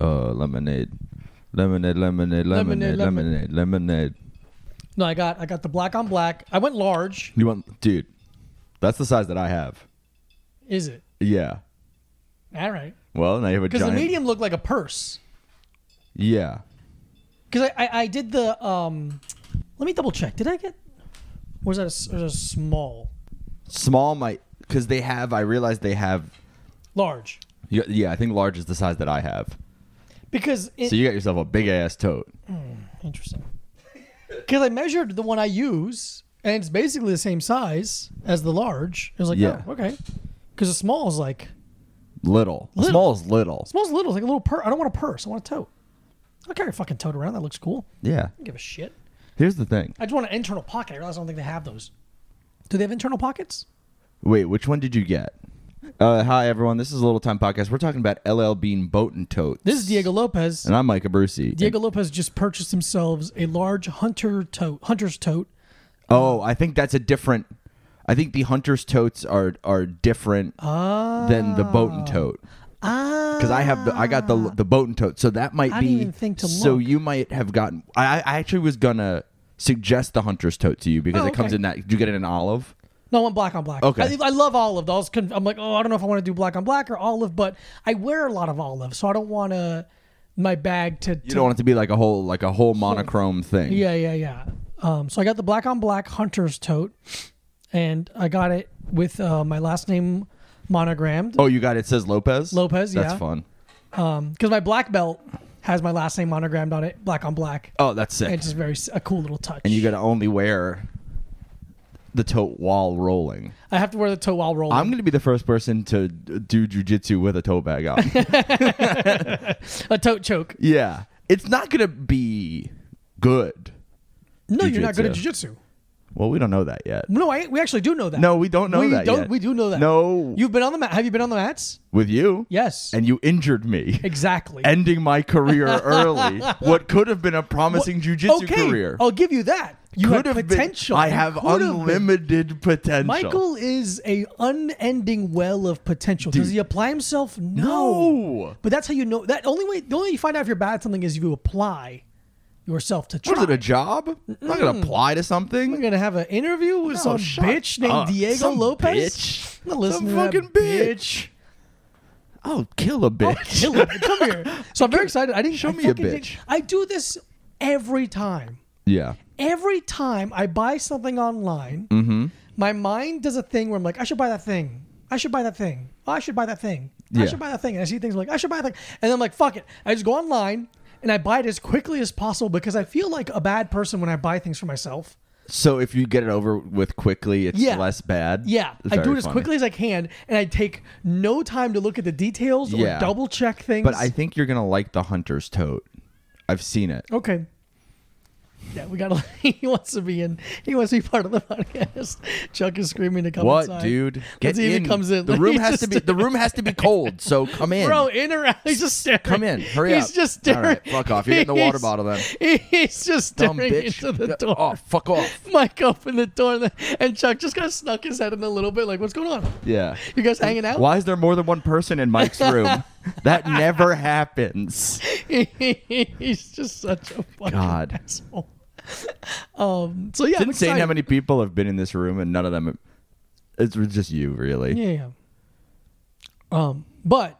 Uh, lemonade. Lemonade, lemonade, lemonade, Lemonade, lemonade, lemon- lemonade. No, I got I got the black on black. I went large. You want, dude? That's the size that I have. Is it? Yeah. All right. Well, now you have a Because the giant. medium looked like a purse. Yeah. Because I, I I did the um. Let me double check. Did I get? Or was that a, s- or was that a small? Small might because they have. I realized they have. Large. Yeah, yeah, I think large is the size that I have. Because it, So you got yourself a big ass tote. Interesting. Because I measured the one I use, and it's basically the same size as the large. It was like, Yeah. oh, okay. Because the small is like, Little. Little. Small is little. small's little, it's like a little purse. I don't want a purse. I want a tote. I'll carry a fucking tote around. That looks cool. I Yeah. don't give a shit. Here's the thing. I just want an internal pocket. I realize I don't think they have those. Do they have internal pockets? Wait, which one did you get? Uh, hi everyone. This is a little time podcast. We're talking about LL Bean boat and totes. This is Diego Lopez. and I'm Micah Brucey. Diego Lopez just purchased themselves a large hunter tote, hunter's tote. Oh, I think that's a different. I think the hunter's totes are are different than the boat Oh. and tote. Ah, Because I have the I got the the boat and tote, so that might I be. didn't even think to so look. you might have gotten. I I actually was gonna suggest the hunter's tote to you because Oh, it comes okay. in that you get it in olive. No, I went black on black. Okay. I, I love olive. though. I was conf- I'm like, oh, I don't know if I want to do black on black or olive, but I wear a lot of olive, so I don't want to my bag to. You don't want it to be like a whole like a whole monochrome thing. Yeah, yeah, yeah. Um, so I got the black on black hunter's tote, and I got it with uh, my last name monogrammed Oh, you got it says Lopez. Lopez, That's yeah. fun. because my black belt has my last name monogrammed on it, black on black. Oh, that's sick. And it's just very s- a cool little touch. and you got to only wear the tote while rolling. I have to wear the toe while rolling. I'm going to be the first person to d- do jujitsu with a tote bag on. a tote choke. yeah. It's not going to be good. No, you're not good at Jujitsu. jujitsu. Well, we don't know that yet. No, I, we actually do know that. No, we don't know we that Don't, yet. We do know that. No. You've been on the mat. Have you been on the mats? With you? Yes. And you injured me. exactly. Ending my career early. what could have been a promising jujitsu okay, career. I'll give you that. You could have have potential. Been, I You have could been. unlimited potential. Michael is a unending well of potential. Does Dude. he apply himself? No. No. But that's how you know. That only way. The only way you find out if you're bad at something is if you apply yourself to try. What is it, a job? I'm not going to apply to something. We're gonna have an interview with Oh, some shut bitch named up. Diego Some Lopez. bitch. I'm not Some listening to that fucking bitch. Oh, kill a bitch. Kill him. Come here. So I'm very excited. I didn't Show I me a fucking bitch. didn't- I do this every time. yeah. Every time I buy something online, Mm-hmm. my mind does a thing where I'm like, I should buy that thing. I should buy that thing. Oh, I should buy that thing. I Yeah. should buy that thing. And I see things I'm like, I should buy that thing. And then I'm like, fuck it. I just go online and I buy it as quickly as possible because I feel like a bad person when I buy things for myself. So if you get it over with quickly, it's Yeah. less bad. Yeah, I Very do it as funny. quickly as I can, and I take no time to look at the details or Yeah. double check things. But I think you're gonna like the hunter's tote. I've seen it. okay. Yeah, we gotta. he wants to be in. He wants to be part of the podcast. Chuck is screaming to come What, inside. dude? Let's see if he comes in. The room He's has just- to be the room has to be cold. So come in, Bro, in or out? He's just staring. Come in. Hurry he's up. He's just staring. All right, fuck off. You're getting the water He's- bottle then. He's just dumb staring bitch. into the door. Oh, fuck off. Mike opened the door, and Chuck just kind of snuck his head in a little bit. Like, what's going on? Yeah. You guys hanging out? Why is there more than one person in Mike's room? that never happens. He's just such a fucking God. asshole. Um. So yeah, I'm It's insane how excited. many people have been in this room and none of them. It's just you, really. Yeah, yeah. Um. But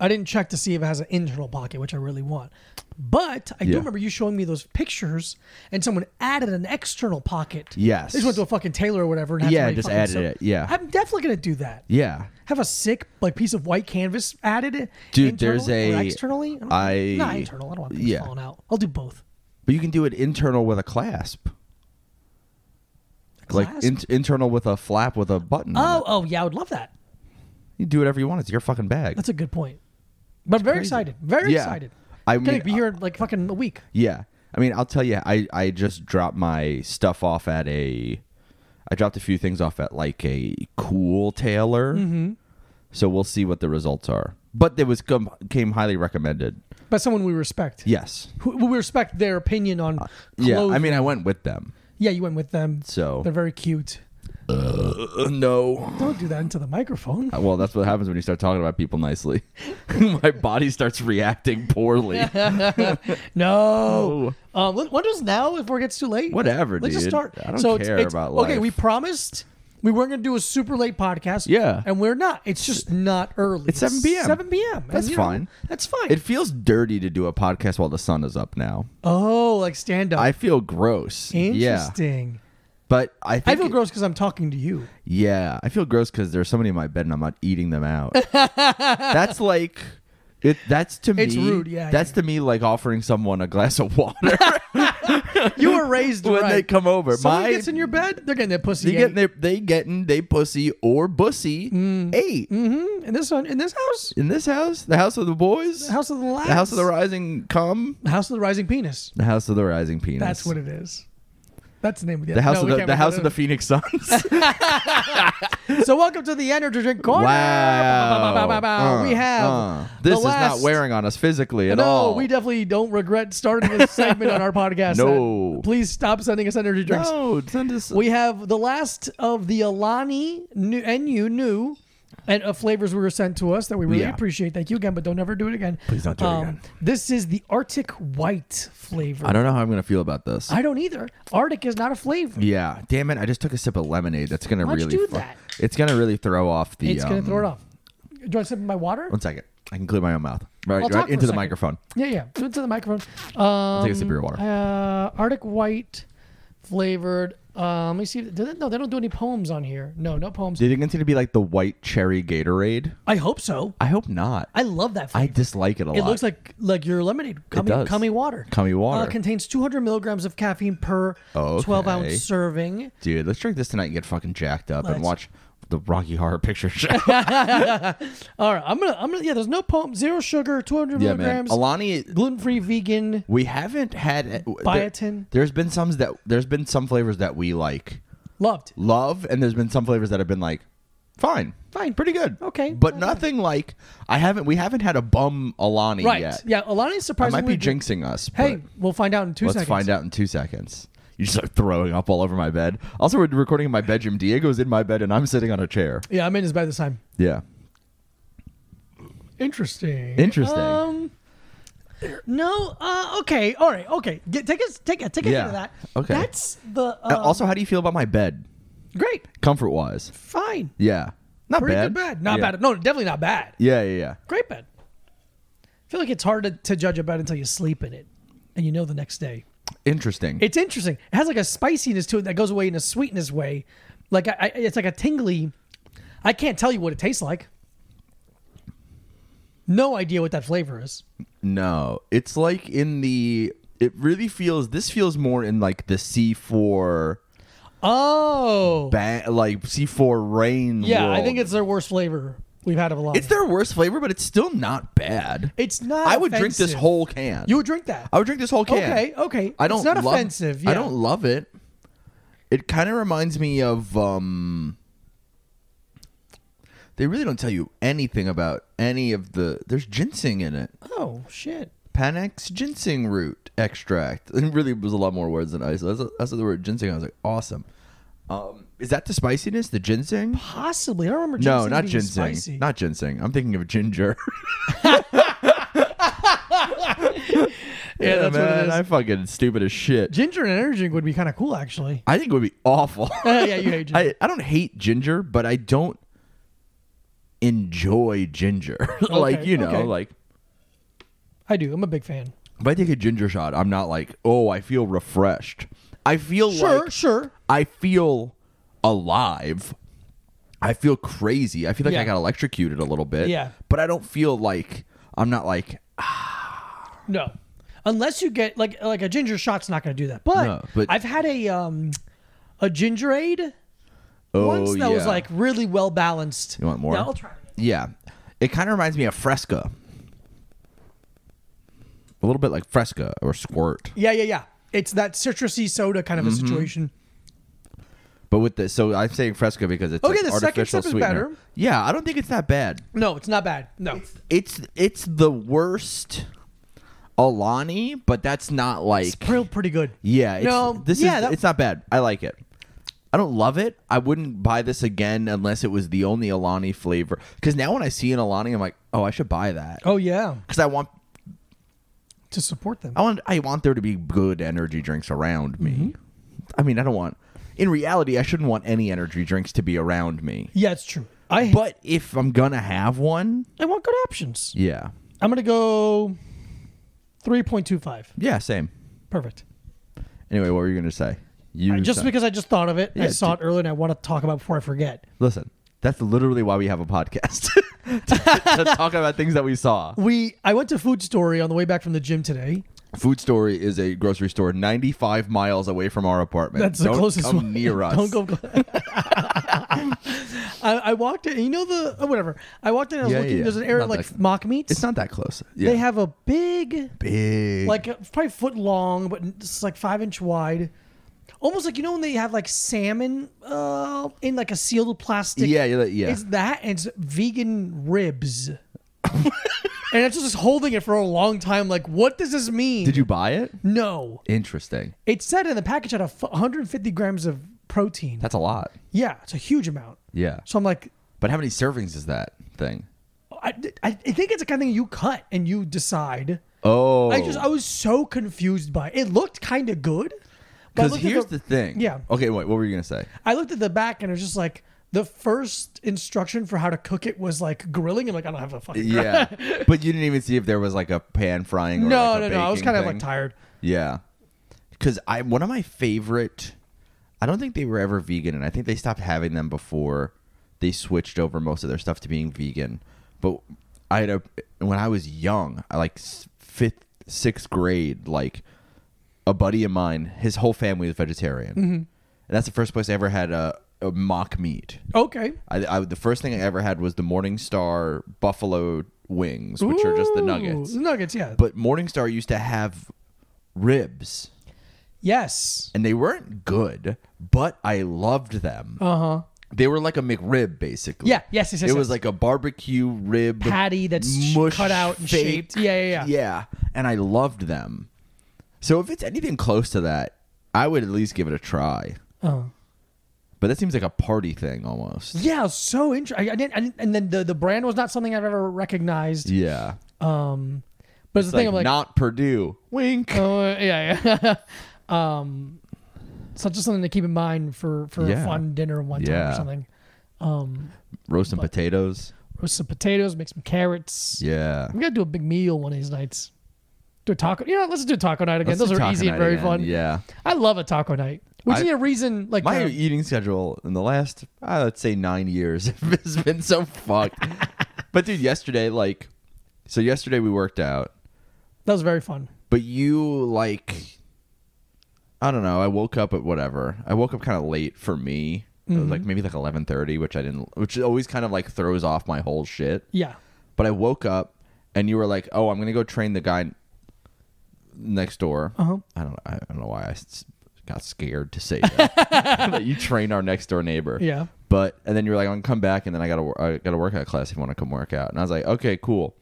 I didn't check to see if it has an internal pocket, which I really want. But I do Yeah. remember you showing me those pictures, and someone added an external pocket. Yes. They just went to a fucking tailor or whatever. And had Yeah, somebody just fucking added sew- it, yeah. I'm definitely gonna do that. Yeah. Have a sick like piece of white canvas added. Dude, there's internally or a- externally. don't- I- not internal. I don't want things Yeah. falling out. I'll do both. But you can do it internal with a clasp. Like Clasp? in- internal with a flap with a button. on Oh, it. oh yeah, I would love that. You do whatever you want. It's your fucking bag. That's a good point. But I'm very crazy. excited. Very Yeah. excited. I Gonna mean, uh, be here in like fucking a week. yeah. I mean, I'll tell you, I, I just dropped my stuff off at a. I dropped a few things off at like a cool tailor. Mm-hmm. So we'll see what the results are. But it was com- came highly recommended. By someone we respect. Yes. Who, we respect their Uh, opinion on clothes. Yeah. I mean, I went with them. yeah, you went with them. So- they're very cute. uh, no. Don't do that into the microphone. Well, that's what happens when you start talking about people nicely. My body starts reacting poorly. No. Um, let, let us now if it gets too late. Whatever, Let's just dude. start. I don't so it's- care it's- about Okay, life. we promised we weren't going to do a super late podcast. Yeah. and we're not. It's just not early. It's 7 p.m.. Seven p.m. and, That's you know, fine. that's fine. It feels dirty to do a podcast while the sun is up now. oh, like stand up. I feel gross. Yeah. Interesting. But I think I feel gross because I'm talking to you. Yeah, I feel gross cuz there's somebody in my bed and I'm not eating them out. that's like it that's to me It's rude, yeah, That's yeah. to me like offering someone a glass of water You were raised when right. they come over. Someone my gets in your bed, they're getting their pussy. they get ate. their, they getting they pussy or bussy ate. Mhm. In this one, in this house, In this house, the house of the boys, the house of the lads, the house of the rising cum, the house of the rising penis. the house of the rising penis. That's what it is. That's the name of the, the house no, of we the, can't the make house that of up. the Phoenix Suns. So welcome to the energy drink corner. Bow, bow, bow, bow, bow. Uh, we have uh. the this last- is not wearing on us physically at no, all. we definitely don't regret starting this segment on our podcast. No. Uh, please stop sending us energy drinks. no, send us. We have the last of the Alani new, NU new and uh, flavors were sent to us that we really Yeah. appreciate. Thank you again, but don't ever do it again. Um, Please don't do it again. This is the Arctic White flavor. I don't know how I'm gonna feel about this. I don't either. Arctic is not a flavor. yeah, damn it! I just took a sip of lemonade. That's gonna Why'd you really. do fu- that? It's gonna really throw off the. It's gonna um, throw it off. Do you want to sip my water? One second. I can clear my own mouth. Right, I'll talk right for a into the second. microphone. Yeah, yeah. Do it to the microphone. Um, take a sip of your water. Uh, Arctic White flavored. Uh, let me see. If, do they, no, they don't do any poems on here. No, no poems. Did it continue to be like the white cherry Gatorade? I hope so. I hope not. I love that I flavor. dislike it a it lot. looks like like your lemonade. Cummy, does. cummy water. Cummy water. Uh, contains 200 milligrams of caffeine per Okay. 12 ounce serving. Dude, let's drink this tonight and get fucking jacked up Let's- and watch the Rocky Horror Picture Show. All right, I'm gonna I'm gonna yeah. There's no poem. Zero sugar. 200 yeah, man. milligrams. Alani, Gluten free, vegan. we haven't had uh, Biotin. There, has been some that there's been some flavors that we like Loved. love, and there's been some flavors that have been like fine, Fine. pretty good, Okay, but not bad. nothing like I haven't. We haven't had a bum Alani Right. yet. Yeah. Alani's I surprisingly. might be good. jinxing us. Hey, but we'll find out in two let's seconds. find out in two seconds. You just start throwing up all over my bed. Also, we're recording in my bedroom. Diego's in my bed, and I'm sitting on a chair. Yeah, I'm in his bed this time. Yeah, Interesting. Interesting. Um, no. Uh, okay. All right. Okay. Get, take us. Take a take a hit Yeah, of that. okay. That's the Uh, uh, also, how do you feel about my bed, great. comfort wise? Fine. Yeah, not Pretty bad. good bed. Not yeah. bad. No, definitely not bad. Yeah, yeah, yeah. Great bed. I feel like it's hard to, to judge a bed until you sleep in it, and you know the next day. Interesting. It's interesting. It has like a spiciness to it that goes away in a sweetness way. Like I, I, it's like a tingly. I can't tell you what it tastes like. No idea what that flavor is. no, it's like in the. It really feels. This feels more in like the C four, Oh, ba- like C four rain. yeah. I world. think it's their worst flavor we've had of a lot. It's their worst flavor, but it's still not bad. It's not. I would drink this offensive. whole can. You would drink that. I would drink this whole can. Okay, okay. I don't. It's not love- offensive, yeah. I don't love it. It kind of reminds me of. um They really don't tell you anything about any of the. There's ginseng in it. oh shit. Panax ginseng root extract. It really was a lot more words than I said. That's, that's the word ginseng. I was like, awesome. Um, is that the spiciness? The ginseng? Possibly. I don't remember. no, ginseng not being ginseng. Spicy. Not ginseng. I'm thinking of ginger. yeah, man, that's what it is. I'm fucking stupid as shit. Ginger and energy drink would be kind of cool, actually. I think it would be awful. yeah, you hate ginger. I, I don't hate ginger, but I don't enjoy ginger. like, Okay, you know, okay. like I do. I'm a big fan. if I take a ginger shot, I'm not like, oh, I feel refreshed. I feel Sure, like sure. I feel alive. I feel crazy. I feel like Yeah. I got electrocuted a little bit. Yeah. But I don't feel like I'm not like No, unless you get like like a ginger shot's not going to do that. But, No, but- I've had a um a gingerade oh once that yeah. was like really well balanced. You want more? Yeah, I'll try. it. Yeah. It kind of reminds me of Fresca. A little bit like Fresca or Squirt. Yeah, yeah, yeah. It's that citrusy soda kind of Mm-hmm. a situation. But with the so I'm saying Fresca because it's Okay, like the second artificial sip is sweetener. better. Yeah, I don't think it's that bad. No, it's not bad. No, It's it's the worst Alani, but that's not like it's real pretty good. yeah. It's, No, this yeah, is that- it's not bad. I like it. I don't love it. I wouldn't buy this again unless it was the only Alani flavor. Because now when I see an Alani, I'm like, oh, I should buy that. Oh yeah, Because I want to support them. I want I want there to be good energy drinks around me. Mm-hmm. I mean, I don't want in reality I shouldn't want any energy drinks to be around me. Yeah, it's true. I But if I'm going to have one, I want good options. yeah. I'm gonna go three point two five. Yeah, same. Perfect. Anyway, what were you going to say? You I- just said- because I just thought of it, Yeah, I saw d- it earlier, and I want to talk about it before I forget. Listen, that's literally why we have a podcast. to, to talk about things that we saw. We I went to Food Story on the way back from the gym today. Food Story is a grocery store 95 miles away from our apartment. That's Don't the closest come one. near us. Don't go. clo- I, I walked in. You know the oh, whatever. I walked in. I was Yeah, looking. yeah, There's an area not like that- mock meats. It's not that close. Yeah. They have a big, big like uh, probably foot long, but it's like five inch wide. Almost like you know when they have like salmon uh, in like a sealed plastic. Yeah, yeah, yeah. It's that and it's vegan ribs. and it's just holding it for a long time. Like, what does this mean? Did you buy it? No, Interesting. it said in the package had a f- 150 grams of protein. That's a lot. yeah, it's a huge amount. Yeah. So I'm like, But how many servings is that thing? I, I I think it's the kind of thing you cut and you decide. Oh, I just I was so confused by it. It looked kind of good. but I because looked at here's the, thing. Yeah. Okay, wait. What were you gonna say? I looked at the back and it was just like the first instruction for how to cook it was like grilling. I'm like, I don't have a fucking grill. Yeah, but you didn't even see if there was like a pan frying. Or No, like a no, no. I was baking kind of like thing. tired. Yeah, because I one of my favorite. I don't think they were ever vegan, and I think they stopped having them before they switched over most of their stuff to being vegan. But I had a when I was young, I like s- fifth, sixth grade, like a buddy of mine, his whole family was vegetarian, and that's the first place I ever had a, a mock meat. Okay. I, I the first thing I ever had was the Morningstar buffalo wings, which are just the Ooh, nuggets. the Nuggets, yeah. But Morningstar used to have ribs, yes. and they weren't good, but I loved them. Uh huh. They were like a McRib, basically. Yeah, yes, yes, yes, It was yes. like a barbecue rib Patty that's sh- mush cut out and shaped. Yeah, yeah, yeah. Yeah, and I loved them. So if it's anything close to that, I would at least give it a try. Uh-huh. But that seems like a party thing almost. Yeah. So interesting. I, I didn't, I didn't. And then the the brand was not something I've ever recognized. Yeah. Um, but it's, It's the thing. like, I'm like, not Purdue. Wink. Oh yeah, yeah. um, so just something to keep in mind for for Yeah. a fun dinner one time Yeah. or something. Um, Roasting potatoes. roast some potatoes, make some carrots. Yeah. I'm gonna do a big meal one of these nights. Do a taco. You know, let's do a taco night again. Let's do Those are taco easy and night very again. fun. Yeah. I love a taco night. We just I- need a reason. Like My uh, eating schedule in the last, I would say nine years, has been so fucked. but dude, yesterday, like, so yesterday we worked out, that was very fun. but you, like, I don't know. I woke up at whatever. I woke up kind of late for me. It was like maybe like 11:30, which I didn't which always kind of like throws off my whole shit. Yeah. But I woke up and you were like, "Oh, I'm gonna go train the guy next door." Uh-huh. I don't. I don't know why I s- got scared to say that. that you train our next door neighbor. Yeah. But and then you were like, "I'm gonna come back," and then I got to I got a workout class if you want to come work out. And I was like, "Okay, cool."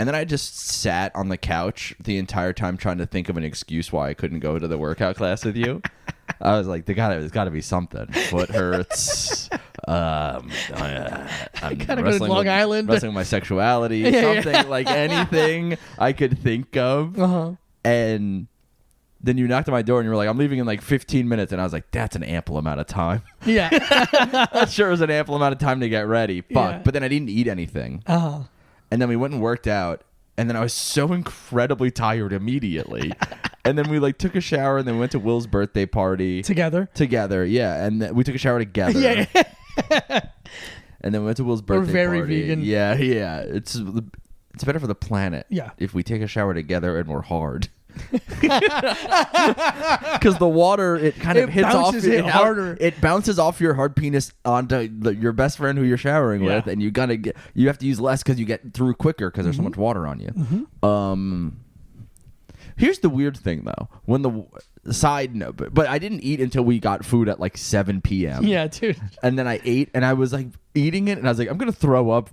And then I just sat on the couch the entire time trying to think of an excuse why I couldn't go to the workout class with you. I was like, there gotta, there's got to be something. Foot hurts. Um, I, am Gotta go to Long Island. Wrestling with my sexuality. yeah. something like anything I could think of. Uh huh. And then you knocked on my door and you were like, I'm leaving in like 15 minutes. And I was like, that's an ample amount of time. Yeah. that sure was an ample amount of time to get ready. Fuck. Yeah. But then I didn't eat anything. uh huh. And then we went and worked out. And then I was so incredibly tired immediately. and then we like took a shower and then went to Will's birthday party Together. together. Yeah. And th- we took a shower together. Yeah. yeah. And then we went to Will's birthday very party. vegan. Yeah. Yeah. It's it's better for the planet. Yeah. If we take a shower together and we're hard. Because the water, it kind of It hits off bounces your- it out- harder. It bounces off your hard penis onto the, your best friend who you're showering Yeah. with, and you gotta get you have to use less because you get through quicker because there's Mm-hmm. so much water on you. Um, here's the weird thing though. When the w- side note, but, but I didn't eat until we got food at like 7 p.m. Yeah, dude. and then I ate, and I was like eating it, and I was like, I'm gonna throw up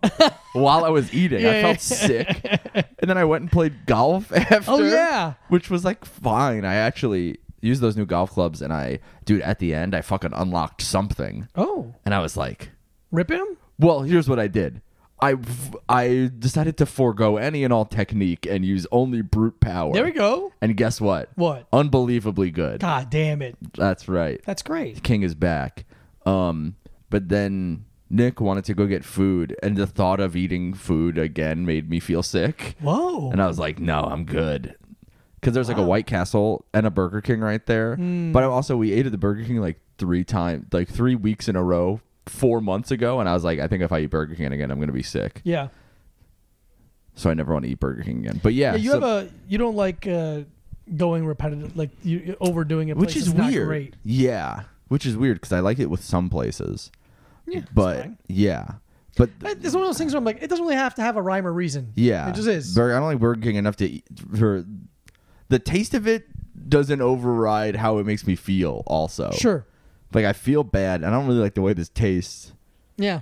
while I was eating. I Yeah, felt yeah. Oh, sick, and then I went and played golf after. yeah. which was like fine. I actually, used those new golf clubs, and I, dude, at the end, I fucking unlocked something, Oh, and I was like, rip him. well, here's what I did. I, I decided to forego any and all technique and use only brute power. There we go. And guess what? What? Unbelievably good. God damn it. That's right. That's great. King is back. Um, but then Nick wanted to go get food, and the thought of eating food again made me feel sick. Whoa. And I was like, no, I'm good. Because there's like a White Castle and a Burger King right there. Hmm. But I also, we ate at the Burger King like three times, like three weeks in a row, four months ago. And I was like, I think if I eat Burger King again, I'm going to be sick. yeah. So I never want to eat Burger King again. But yeah, Yeah, you so- have a you don't like uh, going repetitive, like you you're overdoing it, which places. is It's not weird. great. Yeah. Which is weird because I like it with some places. Yeah, it's But fine. yeah. But But it's one of those things where I'm like, it doesn't really have to have a rhyme or reason. Yeah, it just is. Burger, I don't like Burger King enough to eat for the taste of it doesn't override how it makes me feel. Also, Sure. like I feel bad. and I don't really like the way this tastes. Yeah.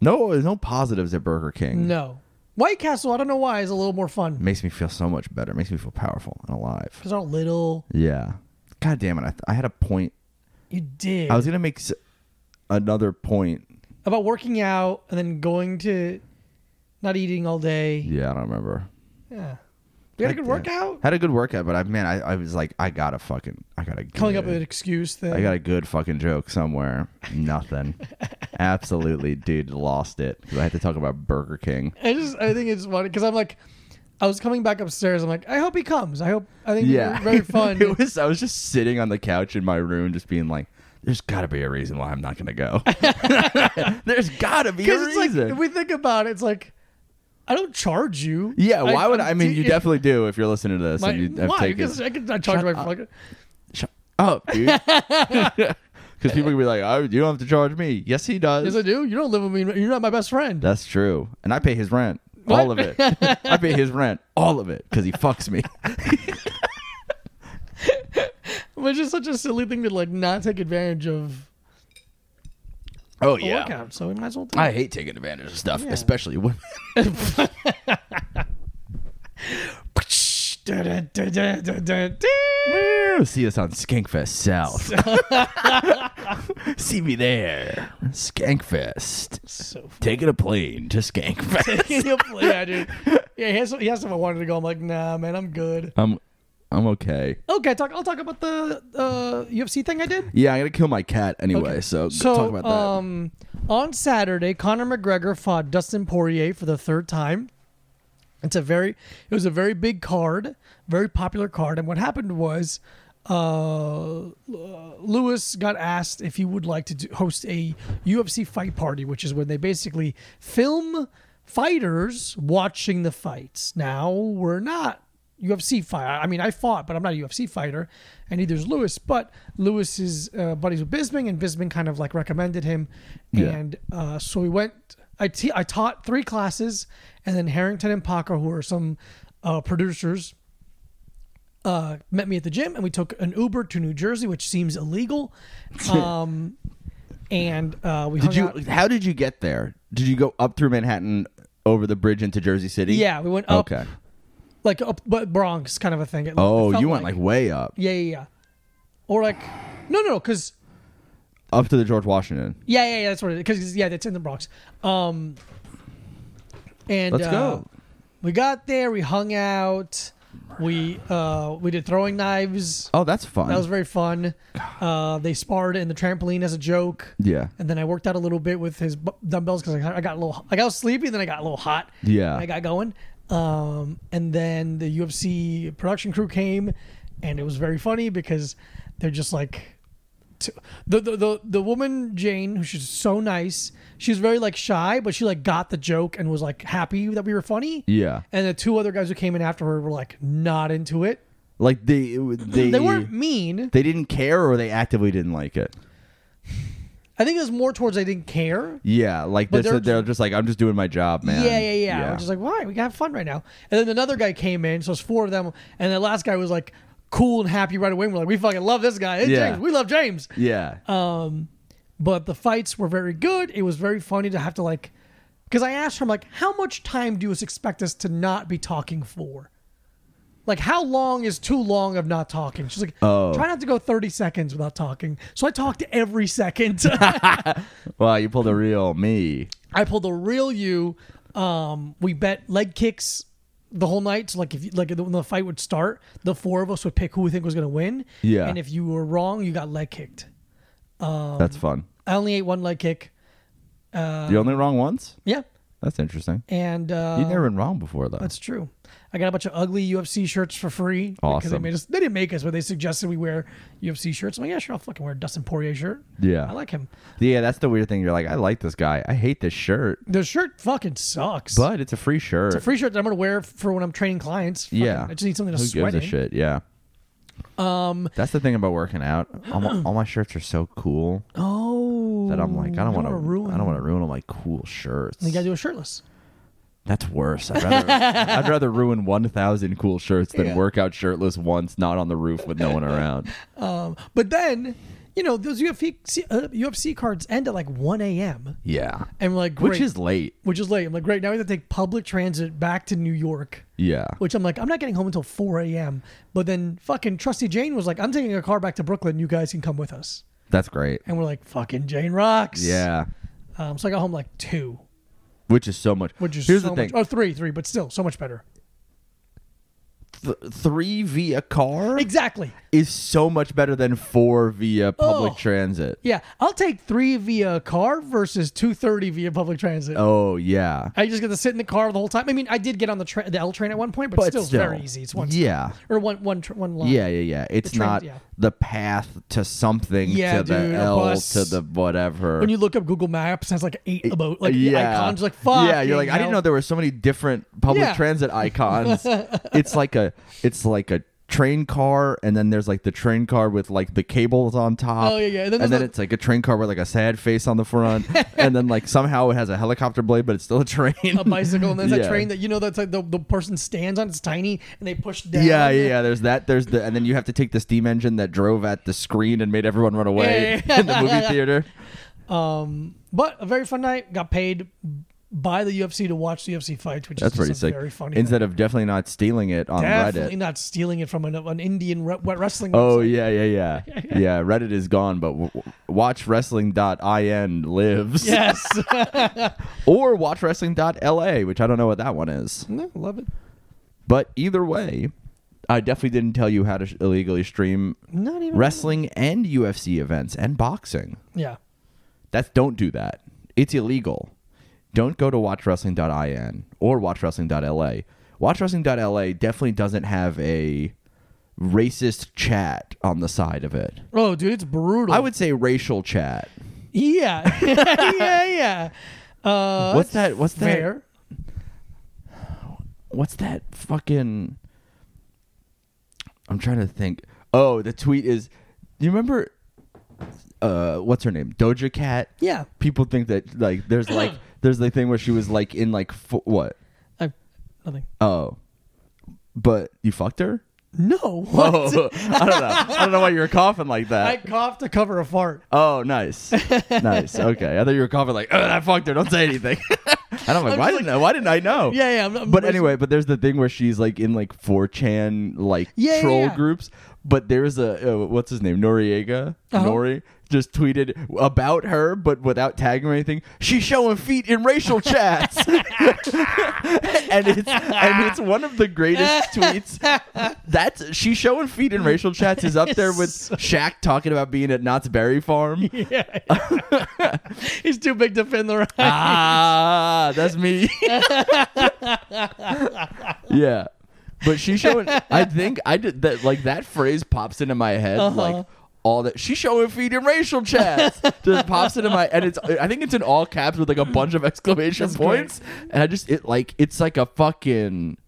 No, there's no positives at Burger King. No. White Castle, I don't know why, is a little more fun makes me feel so much better. makes me feel powerful and alive. because they're all little. Yeah. God damn it! I, th- I had a point. You did I was gonna make s- another point. about working out and then going to not eating all day. Yeah, I don't remember. Yeah. We had a good God damn. workout. Had a good workout, but I man, I, I was like, I gotta fucking, I gotta Coming up good- with an excuse that I got a good fucking joke somewhere. Nothing. Absolutely, dude, lost it. 'Cause I had to talk about Burger King. I just I think it's funny because I'm like I was coming back upstairs. I'm like I hope he comes. I hope I think Yeah, it'd be very fun. it was. I was just sitting on the couch in my room, just being like, "There's got to be a reason why I'm not gonna go. There's got to be a Because it's like reason." if we think about it, it's like I don't charge you. yeah, why would I'm I mean? de- You definitely do if you're listening to this My, and you have why? taken. Because I could I charge Shut my up. fucking. Shut up, dude. Because people can be like, "Oh, you don't have to charge me." Yes, he does. Yes, I do. You don't live with me. You're not my best friend. That's true. And I pay his rent. What? All of it. I pay his rent. All of it. Because he fucks me. Which is such a silly thing to like not take advantage of. Oh, A workout, so we might as well. Do I it. hate taking advantage of stuff, Yeah. especially women. See us on Skankfest South. See me there. Skankfest. so funny. Taking a plane to Skankfest. yeah, dude. Yeah, he asked, he asked if I wanted to go. I'm like, nah, man, I'm good. I'm I'm okay. Okay, talk. I'll talk about the uh, UFC thing I did. Yeah, I'm gonna kill my cat anyway, so, g- So, talk about that. um, on Saturday, Conor McGregor fought Dustin Poirier for the third time. It's a very, it was a very big card, very popular card, and what happened was, uh, Lewis got asked if he would like to do, host a UFC fight party, which is when they basically film fighters watching the fights. Now we're not UFC fight. I mean, I fought, but I'm not a UFC fighter, and neither is Lewis. But Lewis is uh, buddies with Bisping, and Bisping kind of like recommended him, Yeah. and uh, so we went. I te- I taught three classes, and then Harrington and Paco, who are some uh, producers, uh, met me at the gym and we took an Uber to New Jersey, which seems illegal. Um, and uh, we did hung you out- how did you get there? Did you go up through Manhattan over the bridge into Jersey City? Yeah, we went up, Okay. like up, but Bronx kind of a thing. It- it Oh, felt you went like way up. yeah, yeah, yeah, or like, no, no, because Up to the George Washington. yeah, yeah, yeah, that's what it is. Because yeah, that's in the Bronx. Um, and Let's uh, go. We got there. We hung out. We uh, we did throwing knives. Oh, that's fun. That was very fun. Uh, they sparred in the trampoline as a joke. yeah. and then I worked out a little bit with his bu- dumbbells because I, I got a little, I got sleepy, then I got a little hot. Yeah. I got going, um, and then the UFC production crew came, and it was very funny because they're just like, t- the, the the the woman Jane, who she's so nice, she was very like shy, but she like got the joke and was like happy that we were funny. Yeah. And the two other guys who came in after her were like not into it. Like they they They weren't mean. they didn't care or they actively didn't like it. I think it was more towards they didn't care. Yeah, like But they they're- said they're just like I'm just doing my job, man. Yeah, yeah, yeah. Which is like, why? We can have fun right now. And then another guy came in, so it's four of them, and the last guy was like cool and happy right away. We're like, we fucking love this guy. Hey, Yeah. James, we love James. yeah. um, But the fights were very good. It was very funny to have to like, because I asked him like, how much time do you expect us to not be talking for? Like, how long is too long of not talking? She's like, Oh. try not to go 30 seconds without talking. So I talked every second. Wow, you pulled a real me. I pulled a real you. Um, we bet leg kicks the whole night. So like if you, like when the fight would start, the four of us would pick who we think was gonna win. Yeah. And if you were wrong, you got leg kicked. um, That's fun. I only ate one leg kick. uh, you only wrong once? Yeah. That's interesting. And uh, You've never been wrong before, though. that's true. I got a bunch of ugly UFC shirts for free because they Awesome. made us. They didn't make us, but they suggested we wear UFC shirts. I'm like, yeah, sure, I'll fucking wear a Dustin Poirier shirt. Yeah. I like him. yeah, that's the weird thing. You're like, I like this guy. I hate this shirt, The shirt fucking sucks. but it's a free shirt. free shirt that I'm gonna wear for when I'm training clients. Fucking- yeah. I just need something to Who sweat gives in. a shit? Yeah. Um, that's the thing about working out. All my, all my shirts are so cool Oh, that I'm like, I don't want to ruin. I don't want to ruin all my cool shirts. You gotta do a shirtless. That's worse. I'd rather, I'd rather ruin 1,000 cool shirts than work out shirtless once, not on the roof with no one around. Um, but then, you know, those UFC uh, UFC cards end at like 1 a.m. Yeah. and we're like, great, Which is late. which is late. I'm like, great. Now we have to take public transit back to New York. Yeah. Which I'm like, I'm not getting home until 4 a.m. But then fucking Trusty Jane was like, I'm taking a car back to Brooklyn. You guys can come with us. That's great. And we're like, fucking Jane rocks. Yeah. Um, so I got home like two, Which is so much. which is Here's so the thing. much. Oh, three, three, but still so much better. Th- three via car Exactly. is so much better than four via public Oh. transit. Yeah, I'll take three via car versus 230 via public transit. Oh, yeah. I just get to sit in the car the whole time. I mean, I did get on the tra- the L train at one point, but, But still, it's still. very easy. It's one Yeah. or one one tr- one line. Yeah, yeah, yeah. It's The not trans- yeah. the path to something to Yeah, dude, the a L bus. to the whatever. When you look up Google Maps, it has like eight about like the icons. Like fuck. Yeah, you're like, I didn't know there were so many different public Yeah. transit icons. it's like a it's like a train car and then there's like the train car with like the cables on top. Oh, yeah, yeah. And And then then, there's the- it's like a train car with like a sad face on the front. and then like somehow it has a helicopter blade, but it's still a train. a bicycle, and there's that Yeah. train that you know that's like the, the person stands on. It's tiny, and they push down. Yeah, yeah, yeah. There's that. There's the, and then you have to take the steam engine that drove at the screen and made everyone run away Yeah, yeah, yeah. in the movie theater. Um, but a very fun night. Got paid by the UFC to watch the UFC fights, which That's is pretty just a sick. very funny. thing. Instead of definitely not stealing it on definitely Reddit. not stealing it from an, an Indian re- wrestling. Oh website. yeah, yeah, yeah, yeah. Reddit is gone, but w- w- watchwrestling.in lives, yes, or watchwrestling.la, which I don't know what that one is. No, love it. But either way, I definitely didn't tell you how to sh- illegally stream Not even wrestling and UFC events and boxing. Yeah. That's don't do that. It's illegal. Don't go to watchwrestling.in or watchwrestling.la. Watchwrestling.la definitely doesn't have a racist chat on the side of it. Oh, dude, it's brutal. I would say racial chat. Yeah. yeah, yeah. Uh, what's that? What's that? fair. What's that fucking? I'm trying to think. Oh, the tweet is. You remember? Uh, what's her name? Doja Cat. Yeah. People think that like there's like there's the thing where she was like in like fo- what? I, nothing. Oh, but you fucked her. No. What? Oh, I don't know. I don't know why you were coughing like I that. coughed to cover a fart. Oh, nice, nice. Okay, I thought you were coughing like, oh, I fucked her. Don't say anything. and I'm like, I'm why just didn't I? Why didn't I know? Yeah, yeah. I'm, I'm but anyway, but there's the thing where she's like in like 4chan like Yeah, yeah, troll yeah. groups. But there's a uh, what's his name Noriega Uh-huh. Nori just tweeted about her, but without tagging or anything. She's showing feet in racial chats, and it's and it's one of the greatest tweets. That's she's showing feet in racial chats is up there with Shaq talking about being at Knott's Berry Farm. he's too big to fin the right. ah, that's me. yeah, but she's showing. I think I did that. Like that phrase pops into my head. Uh-huh. Like all that she's showing feet in racial chats just pops into my and it's. I think it's in all caps with like a bunch of exclamation That's great. points. And I just it like it's like a fucking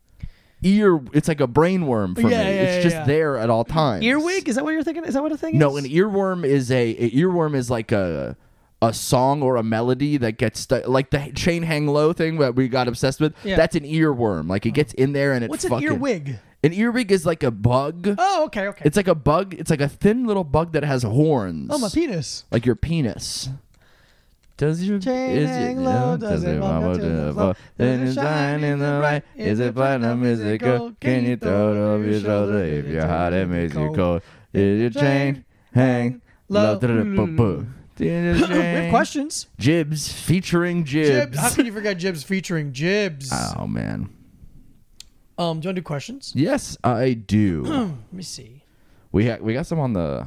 ear. It's like a brain worm for Yeah, me. yeah, it's yeah, just yeah. there at all times. Earwig? Is that what you're thinking? Is that what a thing No, is? an earworm is a, a earworm is like a a song or a melody that gets stuck like the chain hang low thing that we got obsessed with. Yeah. That's an earworm. Like it gets in there and it What's an fucking, earwig? An earwig is like a bug. Oh, okay, okay. It's like a bug. It's like a thin little bug that has horns. oh, my penis. like your penis. Does your Chain is hang it- low, yeah, does does it it walk wobble up to to the the floor? floor? Then it's shine in the right. Is it platinum? Is it gold? Can you throw it over your shoulder if you're hot? It makes you cold. Is your chain hang mm. low? low. We have Question. questions. Jibs featuring Jibs. Jibs. How can you forget Jibs featuring Jibs? Oh man. Um, do you want to do questions? Hmm, Yes, I do. Let me see. we ha- we got some on the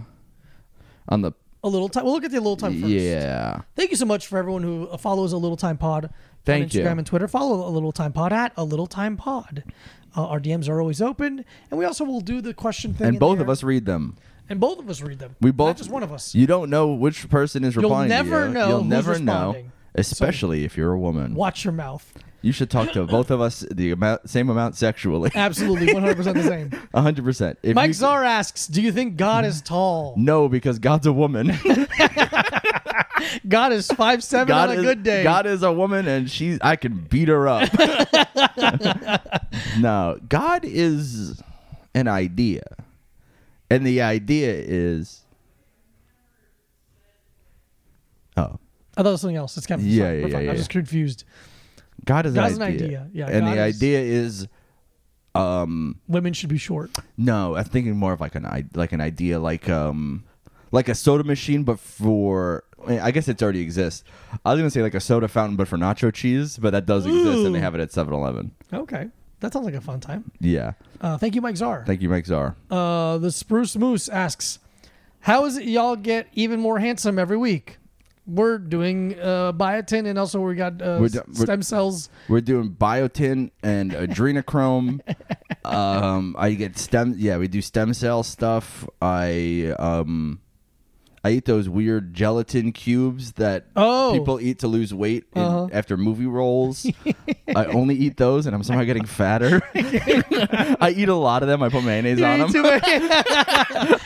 on the A little time. We'll look at the little time first. yeah. Thank you so much for everyone who uh, follows a little time pod. on Thank Instagram you. and Twitter. Follow a little time pod at a little time pod. Uh, our DMs are always open, and we also will do the question thing. And in both there. of us read them. and both of us read them. We both not just one of us. You don't know which person is replying. to never you. know You'll who's never responding. know, especially if you're a woman. Watch your mouth. You should talk to both of us the amount, same amount sexually. Absolutely, one hundred percent the same. hundred percent. Mike Czar asks, "Do you think God is tall? No, because God's a woman. God is five seven God on a is good day. God is a woman, and she's I can beat her up. no, God is an idea, and the idea is. Oh, I thought it was something else. It's kind of Yeah, sorry, we're yeah, fine. yeah, I was yeah. just confused. God is God's an an idea. idea. Yeah, and God the is- idea is Women should be short. No, I'm thinking more of like an i- like an idea, like um, like a soda machine, but for I mean, I guess it's already exists. I was gonna say like a soda fountain, but for nacho cheese, but that does exist, and they Ooh. have it at 7-Eleven. Okay, that sounds like a fun time. Yeah, Uh, thank you, Mike Czar. thank you, Mike Czar. Uh, the Spruce Moose asks, "How is it y'all get even more handsome every week? We're doing uh, biotin, and also we got uh, We're do- s- we're- stem cells. We're doing biotin and adrenochrome. um, I get stem. Yeah, we do stem cell stuff. I um, I eat those weird gelatin cubes that Oh. people eat to lose weight in, Uh-huh. after movie roles. I only eat those, and I'm somehow getting fatter. I eat a lot of them. I put mayonnaise on them.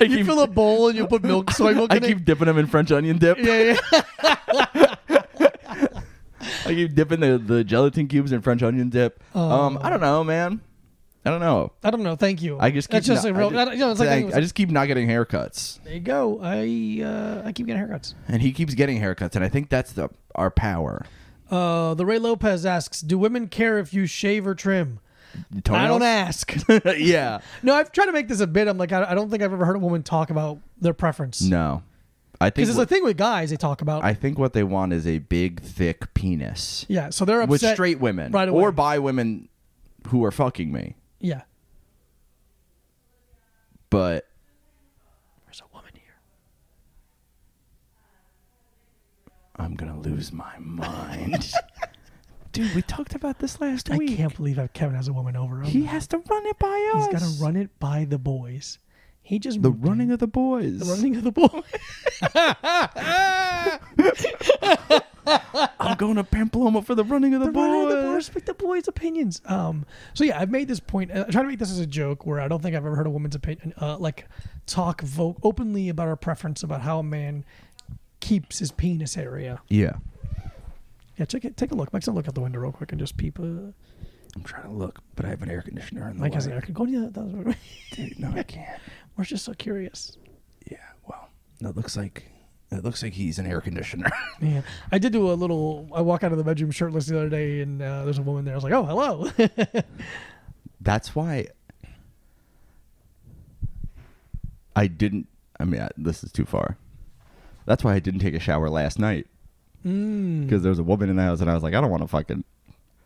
you fill a bowl and you put milk, soy milk I in keep dipping them in French onion dip. it. Yeah, yeah. I keep dipping the, the gelatin cubes in French onion dip. Um, Oh. I don't know, man. I don't know. I don't know. Thank you. I just keep that's just not- a real. I you know, it's like thank- I just keep not getting haircuts, there you go. I uh, I keep getting haircuts. and he keeps getting haircuts, and I think that's the our power. Uh, the Ray Lopez asks, "Do women care if you shave or trim?" I don't ask. ask. yeah, no, I've tried to make this a bit. I'm like, I, I don't think I've ever heard a woman talk about their preference. no, I think Because it's a what, thing with guys they talk about. I think what they want is a big, thick penis yeah, so they're with upset. straight women right away. or by women who are fucking me. Yeah. But There's a woman here. I'm gonna lose my mind, dude. We talked about this last I week. can't believe that Kevin has a woman over him. He has to run it by He's us. got to run it by the boys. He just the moved running in. of the boys. the running of the boys. I'm going to Pamplona for the running of the, the running of the boys. Respect the boys' opinions. Um. So yeah, I've made this point. uh, I try to make this as a joke where I don't think I've ever heard a woman's opinion, uh, like talk vo- openly about our preference about how a man keeps his penis area. Yeah, Yeah, check it. Take a look. Mike's gonna look out the window real quick and just peep. Uh, I'm trying to look, but I have an air conditioner in the Mike has way. an air. Go to the. the Dude, no, I can't. we're just so curious. Yeah, well, that looks like it looks like he's an air conditioner. Yeah, I did do a little. I walk out of the bedroom shirtless the other day, and uh, there's a woman there. I was like, "Oh, hello." That's why I didn't. I mean, I, this is too far. That's why I didn't take a shower last night Mm. because there was a woman in the house, and I was like, I don't want to fucking.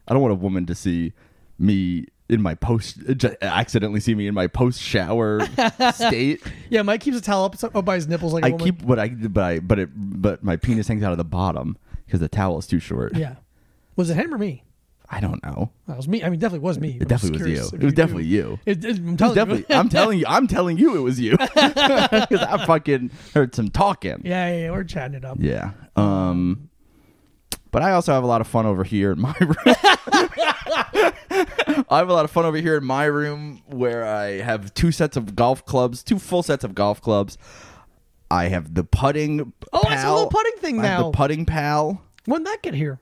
I don't want a woman to see me in my post, just accidentally see me in my post shower state. yeah, Mike keeps a towel up, so- up by his nipples like a I woman. keep what I, but I, but it, but my penis hangs out of the bottom because the towel is too short. Yeah, Oh, was it him or me? I don't know. That was me. I mean, definitely was me. It definitely was you. It was definitely you. It, it- I'm It was telling you. definitely. I'm telling you. I'm telling you. It was you because I fucking heard some talking. Yeah, yeah, yeah, we're chatting it up. Yeah. Um. But I also have a lot of fun over here in my room. I have a lot of fun over here in my room where I have two sets of golf clubs, two full sets of golf clubs. I have the putting. Oh, I pal. saw the little putting thing I have now. the putting pal. When did that get here?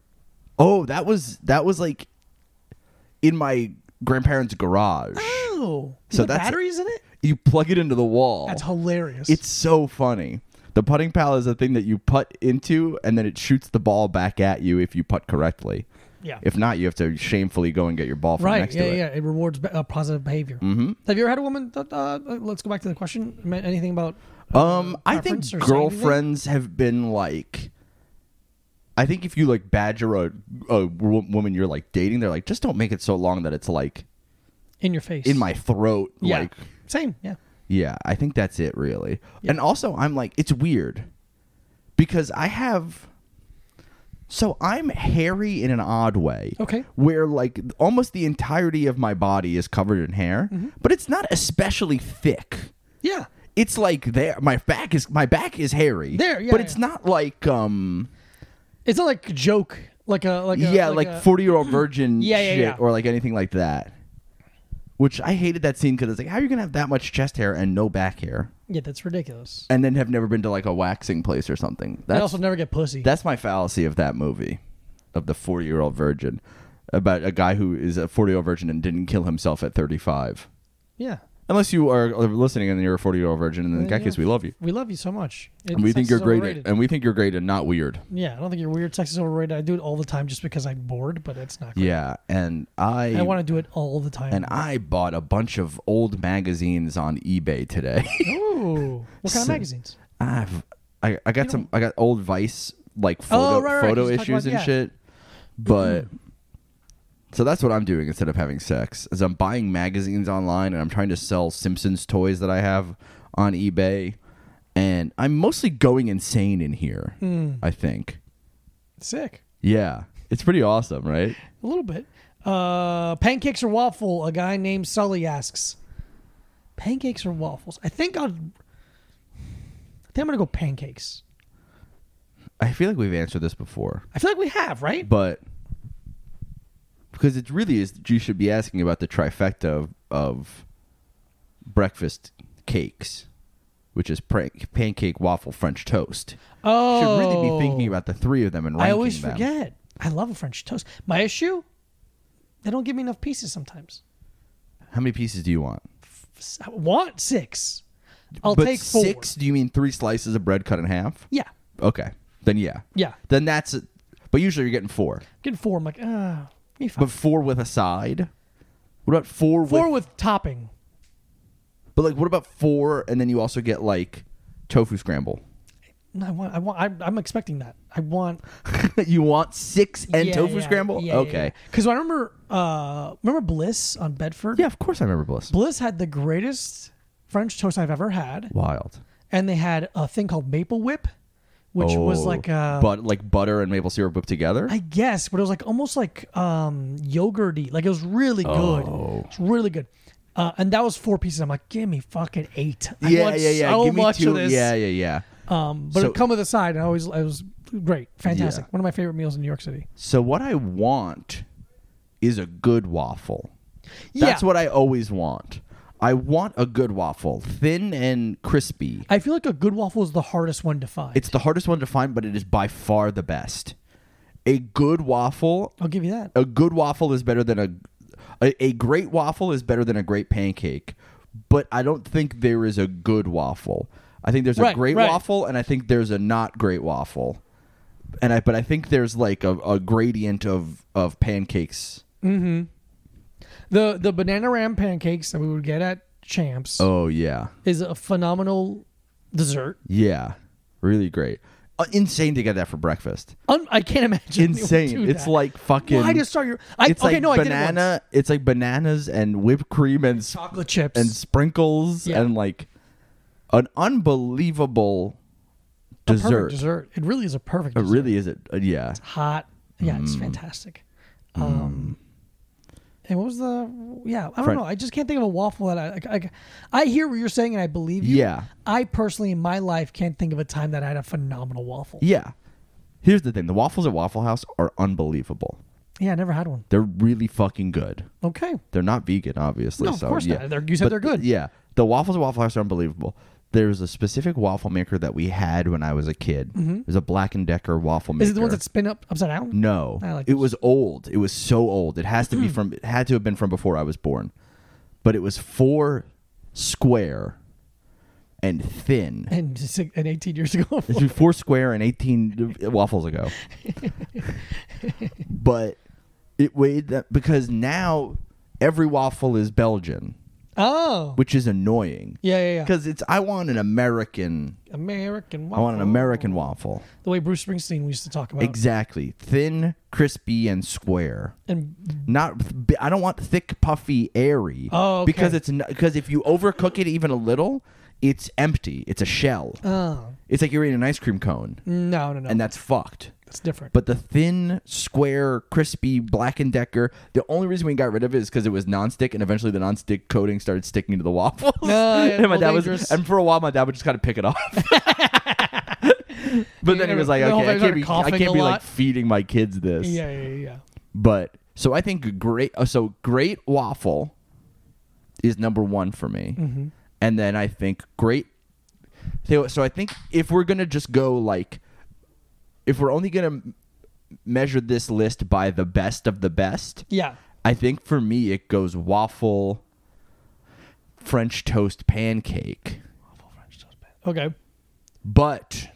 Oh, that was that was like in my grandparents' garage. Oh, So the that's- Oh. batteries in it. You plug it into the wall. That's hilarious. It's so funny. The putting pal is a thing that you putt into, and then it shoots the ball back at you if you putt correctly. Yeah. If not, you have to shamefully go and get your ball from right. next Yeah, to it. yeah. It rewards be- uh, positive behavior. Mm-hmm. Have you ever had a woman? That, uh, let's go back to the question. Ma- Anything about? uh, Um, I think preference or saying anything? girlfriends have been like. I think if you like badger a, a wo- woman you're like dating, they're like, just don't make it so long that it's like in your face. in my throat. yeah. Like, same. Yeah. yeah, I think that's it really. Yeah. And also, I'm like, it's weird because I have. So I'm hairy in an odd way. Okay. Where like almost the entirety of my body is covered in hair, Mm-hmm. but it's not especially thick Yeah. it's like there my back is my back is hairy There, yeah, but it's yeah. not like um It's not like a joke, like a like a, yeah like a- 40 year old virgin Yeah, yeah, shit yeah. or like anything like that which i hated that scene because it's like how are you gonna have that much chest hair and no back hair Yeah, that's ridiculous. and then have never been to like a waxing place or something They that's also never get pussy. that's my fallacy of that movie of the 40 year old virgin about a guy who is a 40 year old virgin and didn't kill himself at 35 yeah. unless you are listening and you're a 40 year old virgin and in Uh, that yeah. case we love you We love you so much. It- and we sex think you're is great overrated. and we think you're great and not weird yeah, I don't think you're weird. Sex is overrated. I do it all the time just because I'm bored, but it's not. Great. Yeah, and I I want to do it all the time. and I bought a bunch of old magazines on eBay today. Ooh, what kind of So- magazines? I've I, I got some I got old Vice like photo Oh, right, right, photo you just talked issues about- and yeah. shit. But so that's what I'm doing instead of having sex. Is I'm buying magazines online and I'm trying to sell Simpsons toys that I have on eBay. And I'm mostly going insane in here, Hmm. I think. Sick. Yeah. It's pretty awesome, right? A little bit. Uh, pancakes or waffle? A guy named Sully asks. Pancakes or waffles? I think I'll. I think I'm gonna go pancakes. I feel like we've answered this before. I feel like we have right. but because it really is you should be asking about the trifecta of, of breakfast cakes which is prank, pancake waffle french toast You oh, should really be thinking about the three of them and ranking I always them. forget. I love a French toast. My issue, they don't give me enough pieces sometimes. how many pieces do you want S- I want six. I'll but take four. six do you mean three slices of bread cut in half Yeah, okay then yeah yeah. then that's but usually you're getting four Get four. I'm like, ah, me five. but four with a side what about four, four with with topping. but like what about four and then you also get like tofu scramble No, I want. I want. I'm, I'm expecting that. I want you want six and Yeah, tofu yeah, scramble? yeah, yeah, okay. yeah. Cause I remember, uh, remember Bliss on Bedford. of course I remember Bliss. Bliss had the greatest French toast I've ever had, Wild. and they had a thing called Maple Whip, which was Oh, like uh but like butter and maple syrup whipped together. I guess, but it was like almost like um yogurty. Like it was really Oh. good. It's really good. Uh, and that was four pieces. I'm like, give me fucking eight. I yeah, want yeah, yeah. So Give me much two. of this. Yeah, yeah, yeah. Um, but So- it come with a side, and I always it was great, fantastic. Yeah. One of my favorite meals in New York City. So what I want is a good waffle. Yeah. That's what I always want. I want a good waffle, thin and crispy. I feel like a good waffle is the hardest one to find. It's the hardest one to find, but it is by far the best. A good waffle I'll give you that. a good waffle is better than a, a a great waffle is better than a great pancake, but I don't think there is a good waffle. I think there's Right, a great right. waffle and I think there's a not great waffle. And I but I think there's like a, a gradient of of pancakes. The the banana ram pancakes that we would get at Champs Oh yeah. is a phenomenal dessert. Yeah. Really great. Uh, insane to get that for breakfast. Un- I can't imagine. anyone do Insane. It's that. like fucking why just start your? I, it's okay, like no, I did it once. banana it's like bananas and whipped cream and sp- chocolate chips and sprinkles Yeah. and like an unbelievable A perfect dessert. dessert. It really is a perfect. It dessert. really Mm. is it. uh, yeah. hot. Yeah, it's fantastic. Mm. Um, and what was the? Yeah, I don't French- know. I just can't think of a waffle that I, I, I. I hear what you're saying, and I believe you. Yeah. I personally, in my life, can't think of a time that I had a phenomenal waffle. Yeah, Yeah. Here's the thing. The waffles at Waffle House are unbelievable. I never had one. They're really fucking good. Okay. They're not vegan, obviously. No, of so, course yeah. not. They're- you said But they're good. Yeah. The waffles at Waffle House are unbelievable. There's a specific waffle maker that we had when I was a kid. There's a Black and Decker waffle maker. Mm-hmm. Is it the ones that spin up upside down? No, I like it those. was old. It was so old. It has to be from. It had to have been from before I was born, but it was four square, and thin. and si- and 18 years ago. It's four square and 18 waffles ago. but it weighed that because now every waffle is Belgian, oh, which is annoying. yeah, yeah, yeah. Because it's, I want an American, American. I want an waffle. American waffle. The way Bruce Springsteen we used to talk about. Exactly. Thin, crispy, and square. and Not, b- I don't want thick, puffy, airy. Oh, okay. because it's because if you overcook it even a little, it's empty. It's a shell. oh, It's like you're eating an ice cream cone, no, no, no. and that's fucked. that's different. But the thin, square, crispy Black and Decker. The only reason we got rid of it is because it was nonstick, and eventually the nonstick coating started sticking to the waffles. yeah, and my well, dad dangerous. was, and for a while, my dad would just kind of pick it off. but then he never- was like, the whole "Okay, I thing can't be, I started coughing a can't be lot. like feeding my kids this." yeah, yeah, yeah, yeah. But so I think great. uh, So great waffle is number one for me, and then I think great. so- So I think if we're gonna just go like, if we're only gonna m- measure this list by the best of the best, Yeah. I think for me it goes waffle, French toast, pancake, Okay. but.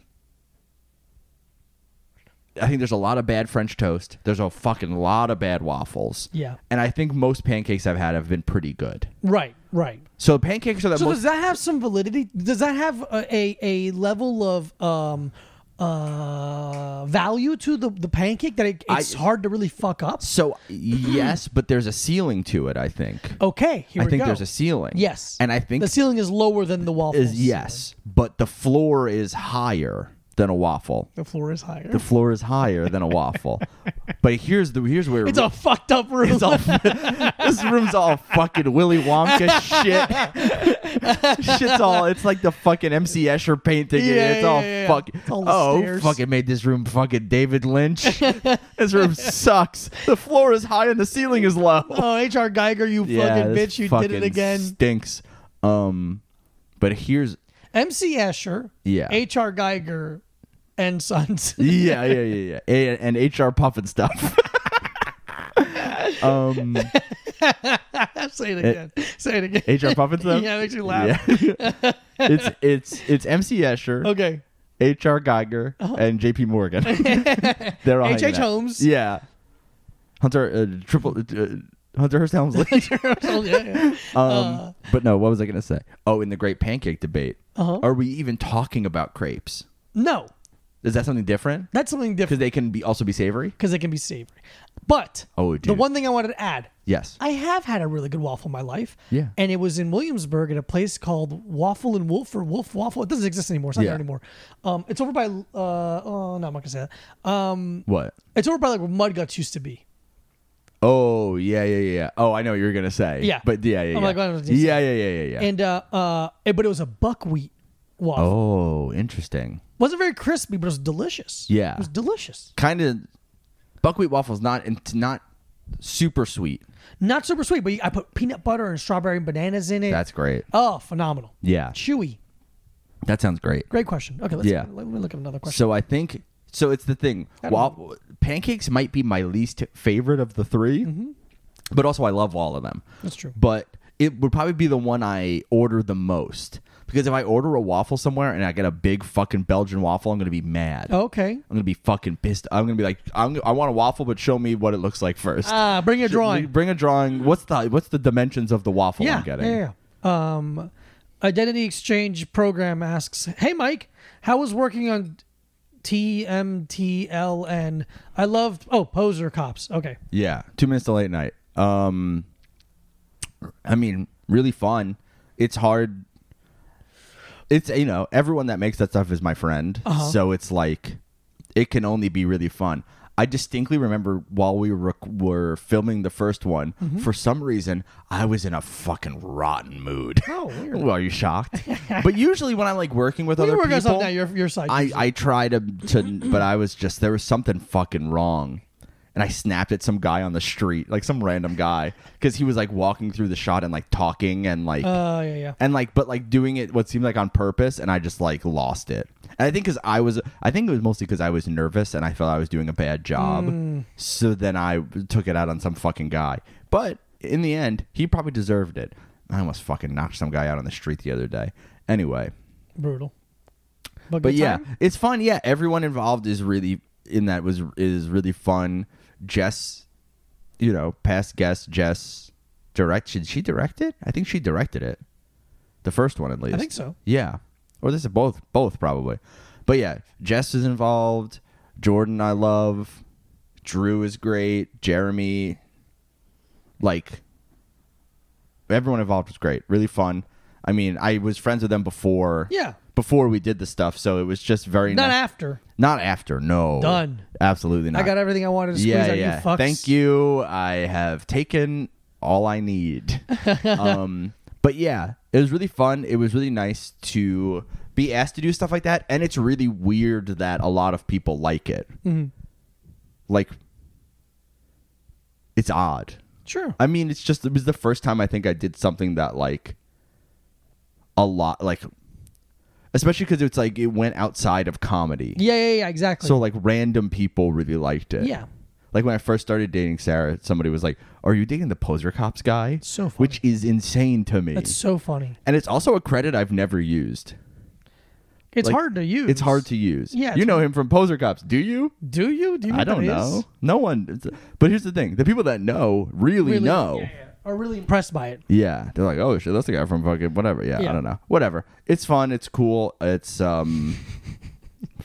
I think there's a lot of bad French toast. There's a fucking lot of bad waffles. Yeah. And I think most pancakes I've had have been pretty good. Right. Right. So pancakes are the So most. does that have some validity? Does that have a a, a level of um uh value to the the pancake that it, I- it's hard to really fuck up? so yes, but there's a ceiling to it. I think. Okay. Oh, Here I we think go. there's a ceiling. Yes. And I think the ceiling is lower than the waffle. is ceiling. yes, but the floor is higher than a waffle. The floor is higher. The floor is higher than a waffle. But here's the here's where it's a fucked up room. It's all- this room's all fucking Willy Wonka shit. Shit's all. It's like the fucking MC Escher painting. Yeah, it's all yeah, yeah. fucking. It's all the oh, stairs. fucking made this room fucking David Lynch. this room sucks. The floor is high and the ceiling is low. oh, HR Geiger, you fucking this bitch, you did fucking it again. Stinks. Um, but here's MC Escher, Yeah. HR Geiger, and Sons. yeah, yeah, yeah, yeah, A- and, HR puffin stuff. um, Say it again. Say it again. HR puffin stuff. Yeah, it makes you laugh. Yeah. it's it's it's MC Escher. Okay. H.R. Geiger and J.P. Morgan. They're all H.H. hanging out. Uh-huh. Holmes. Yeah. Hunter uh, triple uh, Hunter Hearst Helmsley. Oh, yeah, yeah. um, but no, what was I going to say? Oh, in the Great Pancake Debate, Uh-huh. are we even talking about crepes? No, Is that something different? that's something Because different they can be also be savory. because it can be savory. But Oh, the dude. one thing I wanted to add, Yes. I have had a really good waffle in my life. Yeah. And it was in Williamsburg at a place called Waffle and Wolf or Wolf Waffle. It doesn't exist anymore. It's not Yeah. there anymore. Um, it's over by, uh, oh, no, I'm not going to say that. Um, what? it's over by like where Mudguts used to be. Oh yeah yeah yeah. yeah. Oh, I know what you were gonna say. Yeah. But yeah yeah yeah. I'm like, I don't know what to yeah, yeah yeah yeah yeah. And, uh, uh, eh, but it was a buckwheat waffle. oh, interesting. wasn't very crispy, but it was delicious. Yeah. It was delicious. Kind of buckwheat waffles. Not it's not super sweet. Not super sweet, but I put peanut butter and strawberry and bananas in it. That's great. oh, phenomenal. Yeah. Chewy. That sounds great. Great question. Okay, let's Yeah. let me look at another question. So I think so. It's the thing. Wa- pancakes might be my least favorite of the 3 but also I love all of them. Mm-hmm. That's true. But it would probably be the one I order the most because if I order a waffle somewhere and I get a big fucking Belgian waffle, I'm gonna be mad. Okay. I'm gonna be fucking pissed. I'm gonna be like, I'm, I want a waffle, but show me what it looks like first. Ah, bring a drawing. Bring a drawing. What's the what's the dimensions of the waffle yeah, I'm getting? yeah, yeah. Um, Identity Exchange Program asks, "Hey Mike, how was working on TMTLN? I loved oh poser cops. Okay, Yeah, two minutes to late night. Um, I mean, really fun. It's hard. It's you know everyone that makes that stuff is my friend, Uh-huh. so it's like it can only be really fun. I distinctly remember while we were, were filming the first one, Mm-hmm. for some reason I was in a fucking rotten mood. Oh, weird. well, are you shocked? but usually when I'm like working with we other work on people, something on your your side. I, I tried to, to but I was just there was something fucking wrong. And I snapped at some guy on the street, like some random guy, because he was like walking through the shot and like talking and like uh, yeah, yeah. and like but like doing it what seemed like on purpose and I just like lost it. And I think cuz I was I think it was mostly cuz I was nervous and I felt I was doing a bad job. So then I took it out on some fucking guy. But in the end, he probably deserved it. I almost fucking knocked some guy out on the street the other day. Anyway, brutal. But, but good yeah, time? it's fun. Yeah, everyone involved is really in that was is really fun. Jess, you know, past guest Jess directed. She directed. I think she directed it, the first one at least. I think so. Yeah, or this is both both probably. But yeah, Jess is involved. Jordan, I love. Drew is great. Jeremy, like everyone involved was great. Really fun. I mean, I was friends with them before Yeah. before we did the stuff, so it was just very Not nice- after. Not after, no. Done. Absolutely not. I got everything I wanted to squeeze yeah, out yeah. you fucks. Thank you. I have taken all I need. um, but yeah, it was really fun. It was really nice to be asked to do stuff like that, and it's really weird that a lot of people like it. Mm-hmm. Like, it's odd. Sure. I mean, it's just it was the first time I think I did something that like a lot like especially cuz it's like it went outside of comedy. yeah, yeah, yeah, exactly. So like random people really liked it. Yeah. Like when I first started dating Sarah, somebody was like, "Are you dating the poser cops guy?" So funny. Which is insane to me. That's so funny. and it's also a credit I've never used. It's Like, hard to use. It's hard to use. Yeah, You it's know him from Poser Cops, do you? Do you? Do you? I what don't that is? know. No one. it's- But here's the thing: the people that know really, Really? know. Yeah, yeah. Are really impressed by it. Yeah, they're like, oh shit, that's the guy from fucking whatever. Yeah, Yeah. I don't know, whatever. It's fun. It's cool. It's um,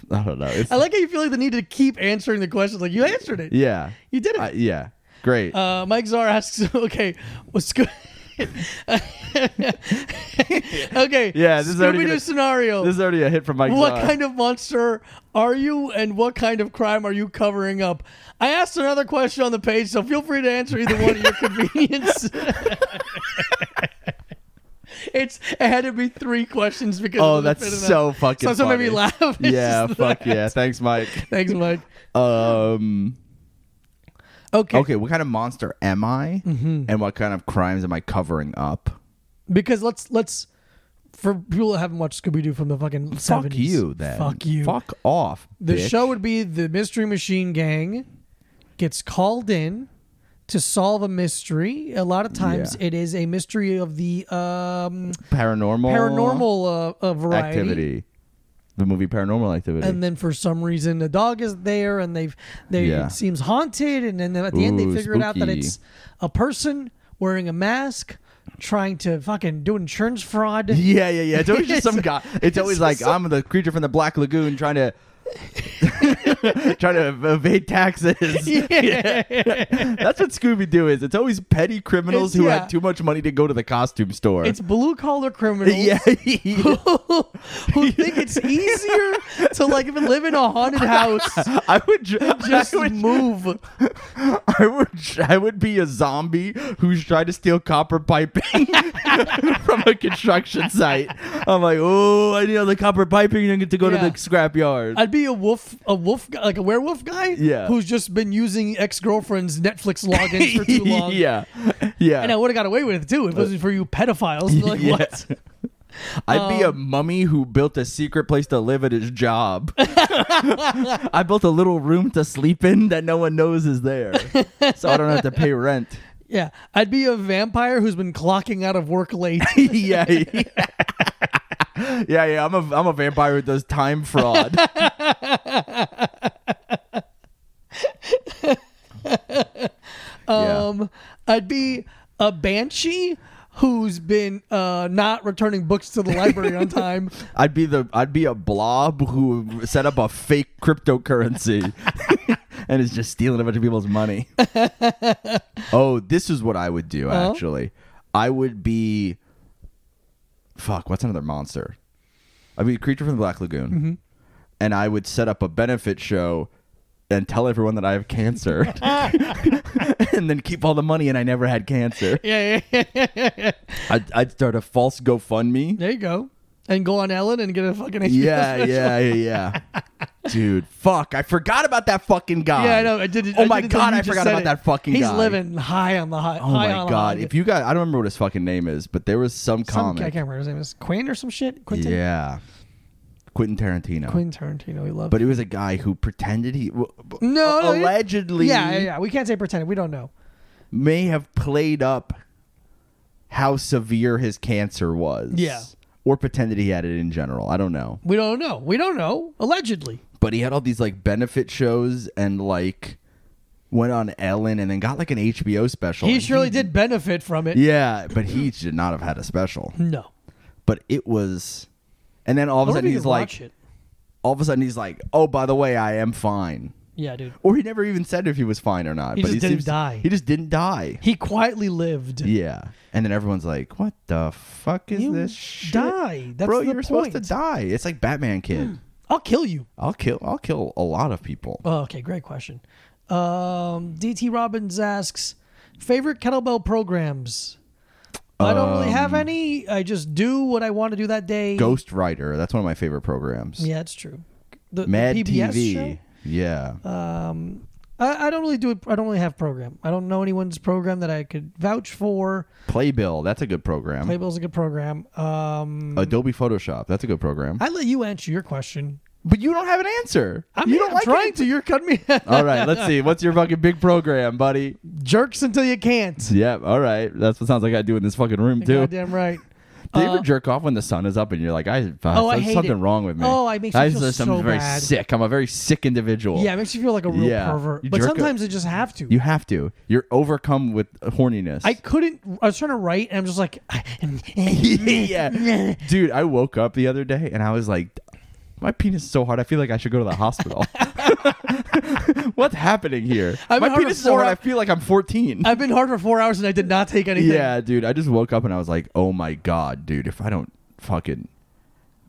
I don't know. It's, I like how you feel like the need to keep answering the questions. Like you answered it. yeah, You did it. I- yeah, great. Uh, Mike Czar asks, okay, what's good? okay. Yeah, this is already Scooby-Doo gonna- scenario. this is already a hit from Mike. what Zahn. kind of monster are you and what kind of crime are you covering up? I asked another question on the page, so feel free to answer either one at your convenience. it's it had to be three questions because it Oh, doesn't that's fit in that. so fucking. So that's what made me funny. laugh. It's Yeah, just fuck that. yeah. Thanks, Mike. Thanks, Mike. Um. Okay. Mm-hmm. Okay, what kind of monster am I, and what kind of crimes am I covering up? Because let's let's for people that haven't watched Scooby Doo from the fucking Fuck 70s, you, then. Fuck you. Fuck off. The bitch. show would be the Mystery Machine Gang gets called in to solve a mystery. A lot of times Yeah. it is a mystery of the um, paranormal paranormal uh, uh, variety. activity. The movie Paranormal Activity. And then for some reason the dog is there and they've they Yeah. it seems haunted and then at the end they Ooh, figure it out that spooky. it's a person wearing a mask trying to fucking do insurance fraud. Yeah, yeah, yeah. It's always just some guy. It's always like so- I'm the creature from the Black Lagoon trying to trying to evade taxes. That's what Scooby Doo is. It's always petty criminals It's- who yeah. had too much money to go to the costume store. It's blue collar criminals. yeah, yeah. who think it's easier to like even live in a haunted house I would dr- just I would, move I would I would be a zombie who's trying to steal copper piping from a construction site. I'm like, oh, I need all the copper piping and I get to go Yeah. to the scrapyard. i'd be a wolf a wolf guy like a werewolf guy Yeah. who's just been using ex-girlfriend's netflix logins for too long yeah, yeah. and i would have got away with it too if it wasn't for you pedophiles like Yeah. what Um, I'd be a mummy who built a secret place to live at his job. I built a little room to sleep in that no one knows is there, so I don't have to pay rent. yeah i'd be a vampire who's been clocking out of work late yeah, yeah, yeah, yeah. I'm a I'm a vampire who does time fraud. yeah. um i'd be a banshee who's been uh not returning books to the library on time I'd be the I'd be a blob who set up a fake cryptocurrency and is just stealing a bunch of people's money. oh, this is what I would do actually. I would be fuck, what's another monster? I'd be a creature from the Black Lagoon. And I would set up a benefit show and tell everyone that I have cancer and then keep all the money and I never had cancer. yeah, yeah, yeah, yeah, yeah. I'd, I'd start a false GoFundMe. There you go. And go on Ellen and get a fucking HBO Yeah, special. yeah, yeah, yeah. Dude, fuck! I forgot about that fucking guy. Yeah, I know. I did it. Oh I my did it till god, you I just forgot said about it. that fucking He's guy. living high on the high. Oh high on my the god! high. If you guys, I don't remember what his fucking name is, but there was some some, I comic. can't remember his name is Quinn or some shit. Quentin. yeah, Quentin Tarantino. Quinn Tarantino. We love. But it was a guy who pretended he w- w- No, no, you- allegedly yeah, yeah, yeah. We can't say pretend. We don't know. may have played up how severe his cancer was. Yeah. or pretended he had it in general. I don't know. We don't know. We don't know. Allegedly. But he had all these like benefit shows and like went on Ellen and then got like an HBO special. He And surely did benefit from it. Oh, Yeah, but he should not have had a special. No. but But it was, and then all of a sudden he's like, Watch it. all of a sudden he's like, oh by the way, I am fine. Yeah, dude. Or he never even said if he was fine or not. He but just he didn't seems- die. He just didn't die. He quietly lived. Yeah. And then everyone's like, "What the fuck is You this shit?" die. That's Bro, the you're supposed to point. Hmm. die. It's like Batman kid. I'll kill you. I'll kill I'll kill a lot of people. Oh, okay, great question. Um, DT Robbins asks, favorite kettlebell programs. I don't really have any. I just do what I want to do that day. Um, Ghost Rider, that's one of my favorite programs. Yeah, it's true. The, the Mad PBS TV. show? Uh, Yeah. I, I don't really do it. I don't really have program. I don't know anyone's program that I could vouch for. Playbill, that's a good program. Mm. Playbill's a good program. Um, Adobe Photoshop, that's a good program. I let you answer your question. but you don't have an answer. I you mean, don't I'm like trying it. Uh, to. You're cutting me All right, let's see. What's your fucking big program, buddy? jerks until you can't. Yeah, all right. That's what sounds like I do in this fucking room too. Do Goddamn right. you ever jerk off when the sun is up and you're like, I, I Oh, I there's hate something it. wrong with me. Oh, it makes me I feel there's so something very bad. sick. I'm a very sick individual. Yeah, it makes you feel like a real Yeah. pervert. You But jerk off. sometimes I just have to. You have to. You're overcome with horniness. I couldn't. I was trying to write, and I'm just like, yeah. Dude, I woke up the other day and I was like, my penis is so hard. I feel like I should go to the hospital. What's happening here? I've been my hard penis is for so hard. four I feel like I'm 14. I've been hard for four hours, and I did not take anything. yeah, dude. I just woke up and I was like, oh my God, dude. If I don't fucking.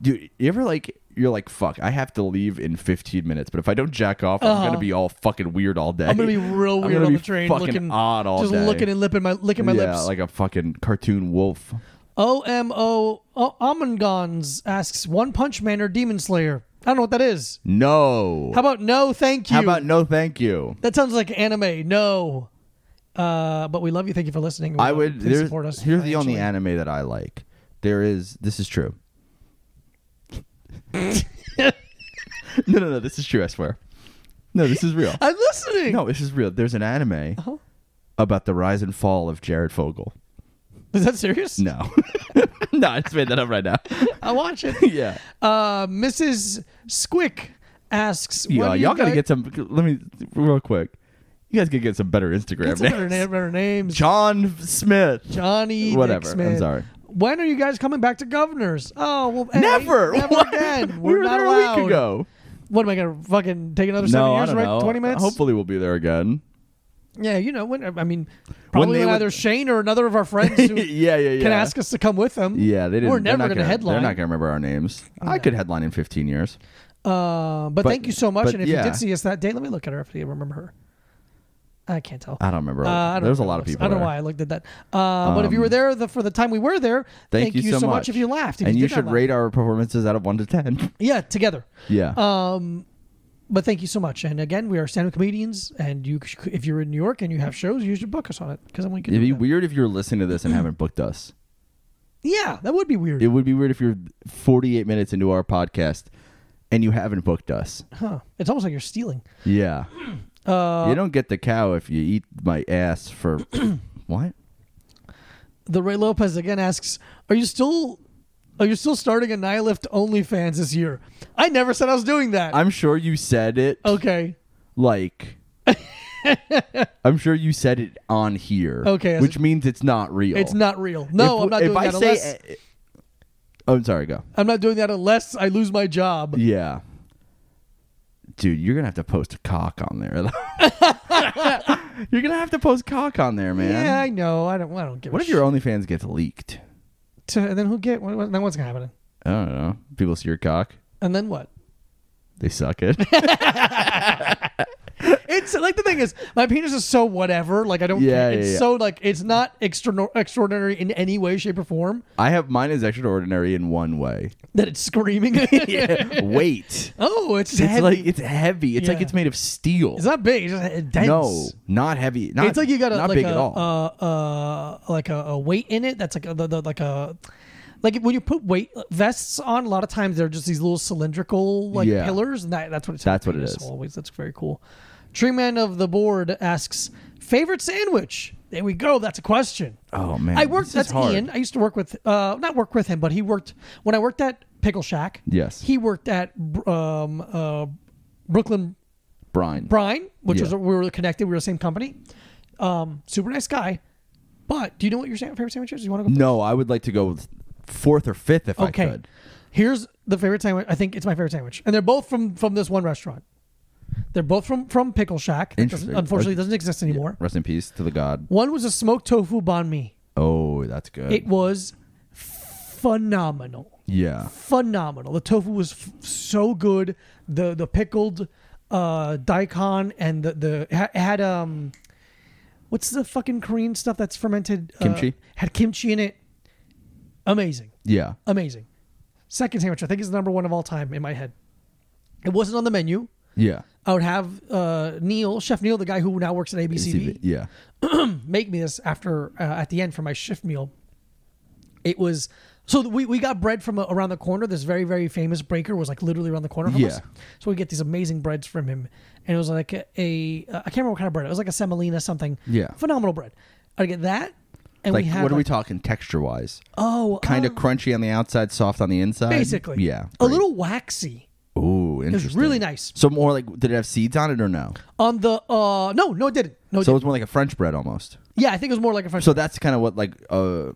Dude, you ever like. You're like, fuck, I have to leave in 15 minutes, but if I don't jack off, I'm going Uh-huh. to be all fucking weird all day. I'm gonna be real I'm weird gonna on be the train, fucking looking odd all just day. looking and lipping my licking my yeah, lips. like a fucking cartoon wolf. OMO O- Amangons asks One Punch Man or Demon Slayer. I don't know what that is. No. How about no, thank you? How about no thank you? that sounds like anime. No. Uh, but we love you. Thank you for listening. We I love would. you. Please There's, support us. here's the only financially. anime that I like. There is. This is true. no, no, no. This is true. I swear. No, this is real. I'm listening. No, this is real. There's an anime about the rise and fall of Jared Fogle. Is that serious? No, no, I just made that up right now. I watch it. yeah, Uh, Mrs. Squick asks. when yeah. do Y'all you gotta guys- get some. Let me real quick. You guys gotta get some better Instagram Get some better, names. name, better names. John Smith. Johnny. Whatever. Dick Smith. I'm sorry. When are you guys coming back to Governors? Oh well, hey, Never. never What? again. we We're were not there allowed. a week ago. What am I gonna fucking take another seven years? Right, twenty minutes. Hopefully, we'll be there again. Yeah, you know when. I mean, probably they when would- either Shane or another of our friends who yeah, yeah, yeah. can ask us to come with them. Yeah, they didn't. We're they're not never gonna, headline. They're not gonna remember our names. I could headline in 15 years. Uh, but, But- thank you so much. but and if yeah. you did see us that day, let me look at her if you remember her. I can't tell. I don't remember. Uh, I don't There's a know lot of what's- people. I don't know there. Um, why I looked at that. Uh, but if you were there the, for the time we were there, Thank, you, so much. if you laughed. If and you, did not should laugh. rate our performances out of one to ten. Yeah, together. yeah. Um, But thank you so much. And again, we are stand-up comedians. And you, c- if you're in New York and you have shows, you should book us on it because I'm like, It'd be weird if you were listening to this and haven't booked us. yeah, that would be weird. It would be weird if you're 48 minutes into our podcast and you haven't booked us. huh? It's almost like you're stealing. Yeah. Uh, you don't get the cow if you eat my ass for what? The Ray Lopez again asks, "Are you still, are you still starting a Nihilift OnlyFans this year?" I never said I was doing that. I'm sure you said it. okay. like I'm sure you said it on here. Okay, as Which a- means it's not real. It's not real. Oh. No, If- I'm not doing if I that say- unless Oh, I'm sorry, go. I'm not doing that unless I lose my job. Yeah. Dude, you're gonna have to post a cock on there. you're gonna have to post cock on there, man. Yeah, I know. I don't. I don't give. What a if your OnlyFans gets leaked? shit. And then who get? What, what, then what's gonna happen? I don't know. People see your cock. And then what? They suck it. It's like the thing is, my penis is so whatever. Like I don't. Yeah, care. It's yeah, yeah. so like it's not extra extraordinary in any way, shape, or form I have mine is extraordinary in one way. that it's screaming. Weight. Oh, it's, It's heavy. like it's heavy. It's like Yeah. it's made of steel. it's not big. It's just it's dense. No, not heavy. Not, it's like you got a not like big a, at all. Uh, uh, like a, a weight in it. That's like a, the, the, like a like when you put weight vests on. A lot of times they're just these little cylindrical like Yeah. pillars, and that, that's what it's. That's what it is. Always, that's very cool. Tree man of the board asks favorite sandwich. There we go. That's a question. Oh man, I worked. This is That's hard. Ian. I used to work with, uh, not work with him, but he worked when I worked at Pickle Shack. Yes. he worked at um, uh, Brooklyn Brian. Brine, which Yeah. was we were connected. We were the same company. Um, super nice guy. But do you know what your sa- favorite sandwich is? Do you want to go? No, I would like to go with fourth or fifth if I Okay. could. Here's the favorite sandwich. I think it's my favorite sandwich, and they're both from from this one restaurant. They're both from from Pickle Shack. that doesn't- Interesting. Unfortunately, doesn't exist anymore. Rest in peace to the god. One was a smoked tofu banh mi. Oh, that's good. It was phenomenal. yeah. phenomenal. The tofu was f- so good. The the pickled uh, daikon and the the it ha- it had um, what's the fucking Korean stuff that's fermented? Uh, Kimchi? had kimchi in it. Amazing, Yeah. amazing. Second sandwich, I think is the number one of all time in my head. It wasn't on the menu. Yeah. I would have uh, Neil, Chef Neil, the guy who now works at ABCV, Yeah. make me this after uh, at the end for my shift meal. It was so we, we got bread from uh, around the corner. This very very famous baker was like literally around the corner from Yeah. us. So we get these amazing breads from him, and it was like a, a uh, I can't remember what kind of bread. It was like a semolina something. Yeah. phenomenal bread. I get that, and Like we had what are we like- talking texture wise? Oh, Kind uh, of crunchy on the outside, soft on the inside. basically. Yeah. a great. little waxy. Ooh, It interesting. was really nice. So more like did it have seeds on it or no? On the uh no no it didn't no it So it didn't. was more like a French bread almost. yeah I think it was more like a French. So that's kind of what like uh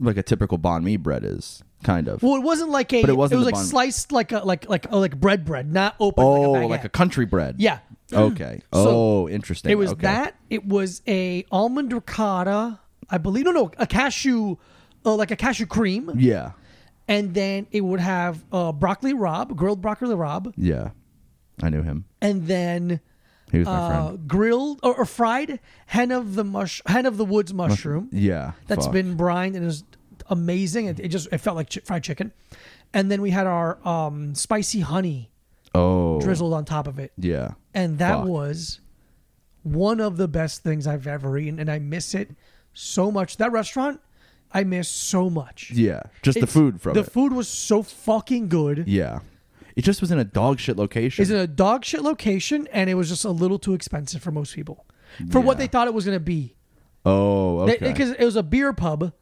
like a typical banh mi bread is kind of. well, it wasn't like a. But it wasn't was the like bun. sliced like a like like oh, like bread bread, not open. oh, like a, baguette. country bread. Yeah. Okay. So, oh, interesting. It was Okay. that. It was a almond ricotta, I believe. No, no, a cashew, uh, like a cashew cream, Yeah. and then it would have uh, broccoli rob, grilled broccoli rob, Yeah. I knew him. and then He was my uh, friend. grilled or, or fried hen of the mush, hen of the woods mushroom Yeah. that's That's been brined and is amazing. It, it just it felt like chi- fried chicken, and then we had our um, spicy honey Oh. drizzled on top of it. Yeah. and that Fuck. was one of the best things I've ever eaten, and I miss it so much. That restaurant, I miss so much. Yeah. Just the It's- food from the it. food was so fucking good. yeah. It just was in a dog shit location. It's in a dog shit location, and it was just a little too expensive for most people, for what Yeah. they thought it was gonna be. oh, okay. Because it was a beer pub, with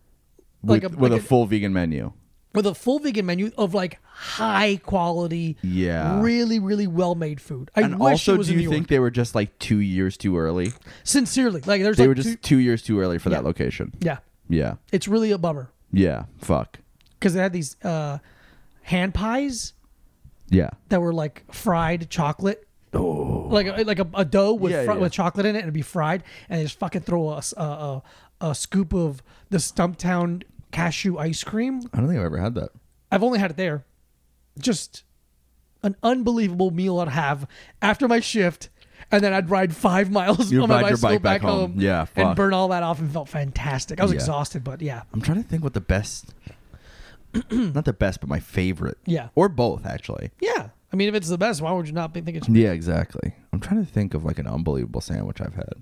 like a, with like a full vegan menu. with a full vegan menu of like high quality, Yeah. really really well made food. I And wish also, it was do in you New think York. they were just like two years too early? sincerely like there's They like were just two- two, years too early for that Yeah. location. yeah, Yeah. it's really a bummer. Yeah. Fuck. because they had these uh, hand pies Yeah. that were like fried chocolate. Oh. Like a, like a, a dough with Yeah, fri- yeah. with chocolate in it and it'd be fried and they just fucking throw a, s- a, a- a scoop of the Stumptown cashew ice cream. I don't think I've ever had that. I've only had it there. Just an unbelievable meal I'd have after my shift and then I'd ride five miles You'd on my ride your bicycle bike back home. Yeah, and fuck. burn all that off and felt fantastic. I was Yeah. exhausted, but yeah. I'm trying to think what the best, not the best, but my favorite. Yeah. Or both, actually. Yeah. I mean, if it's the best, why would you not be thinking? Yeah, exactly. I'm trying to think of like an unbelievable sandwich I've had.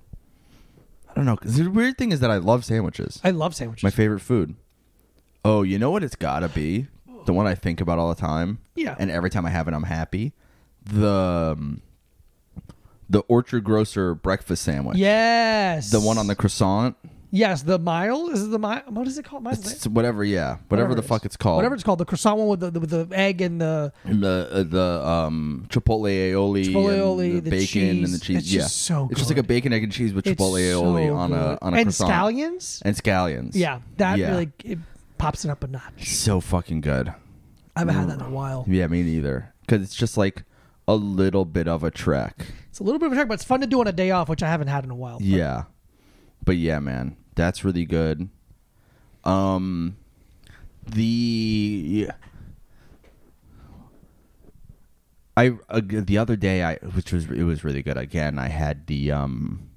I don't know. 'cause the weird thing is that I love sandwiches. I love sandwiches. My favorite food. Oh, you know what it's gotta be? The one I think about all the time. Yeah. And every time I have it, I'm happy. The um, the Orchard Grocer breakfast sandwich. Yes. The one on the croissant. Yes, the mile is it the mile. What is it called? Miles, It's whatever. Yeah. Whatever, the it is. fuck it's called. Whatever it's called, the croissant one with the, with the egg and the And the uh, the um chipotle aioli, Chipotle and aioli, the, the bacon cheese. and the cheese. It's yeah, just so it's just like a good. bacon egg and cheese with it's chipotle aioli so on a good. on a and croissant scallions. and scallions. yeah, that Yeah. really it pops it up a notch. so fucking good. I haven't had that in a while. Yeah, me neither. Because it's just like a little bit of a trek. It's a little bit of a trick, but it's fun to do on a day off, which I haven't had in a while. Yeah, but yeah, man, that's really good. Um, the I uh, the other day I which was it was really good again. I had the um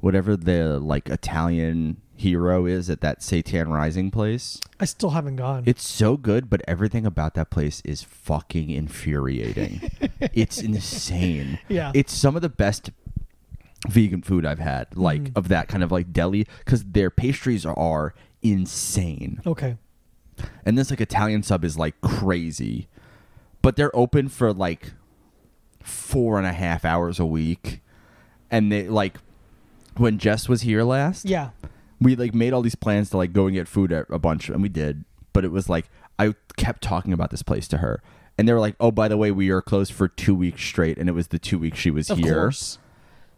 whatever the like Italian hero is at that Satan Rising place. I still haven't gone. It's so good, but everything about that place is fucking infuriating. it's insane. Yeah. It's some of the best vegan food I've had, like of that kind of like deli, because their pastries are insane. okay. And this like Italian sub is like crazy. But they're open for like four and a half hours a week. And they like when Jess was here last, Yeah. we like made all these plans to like go and get food at a bunch and we did but it was like i kept talking about this place to her and they were like oh by the way we are closed for two weeks straight and it was the two weeks she was Of here course.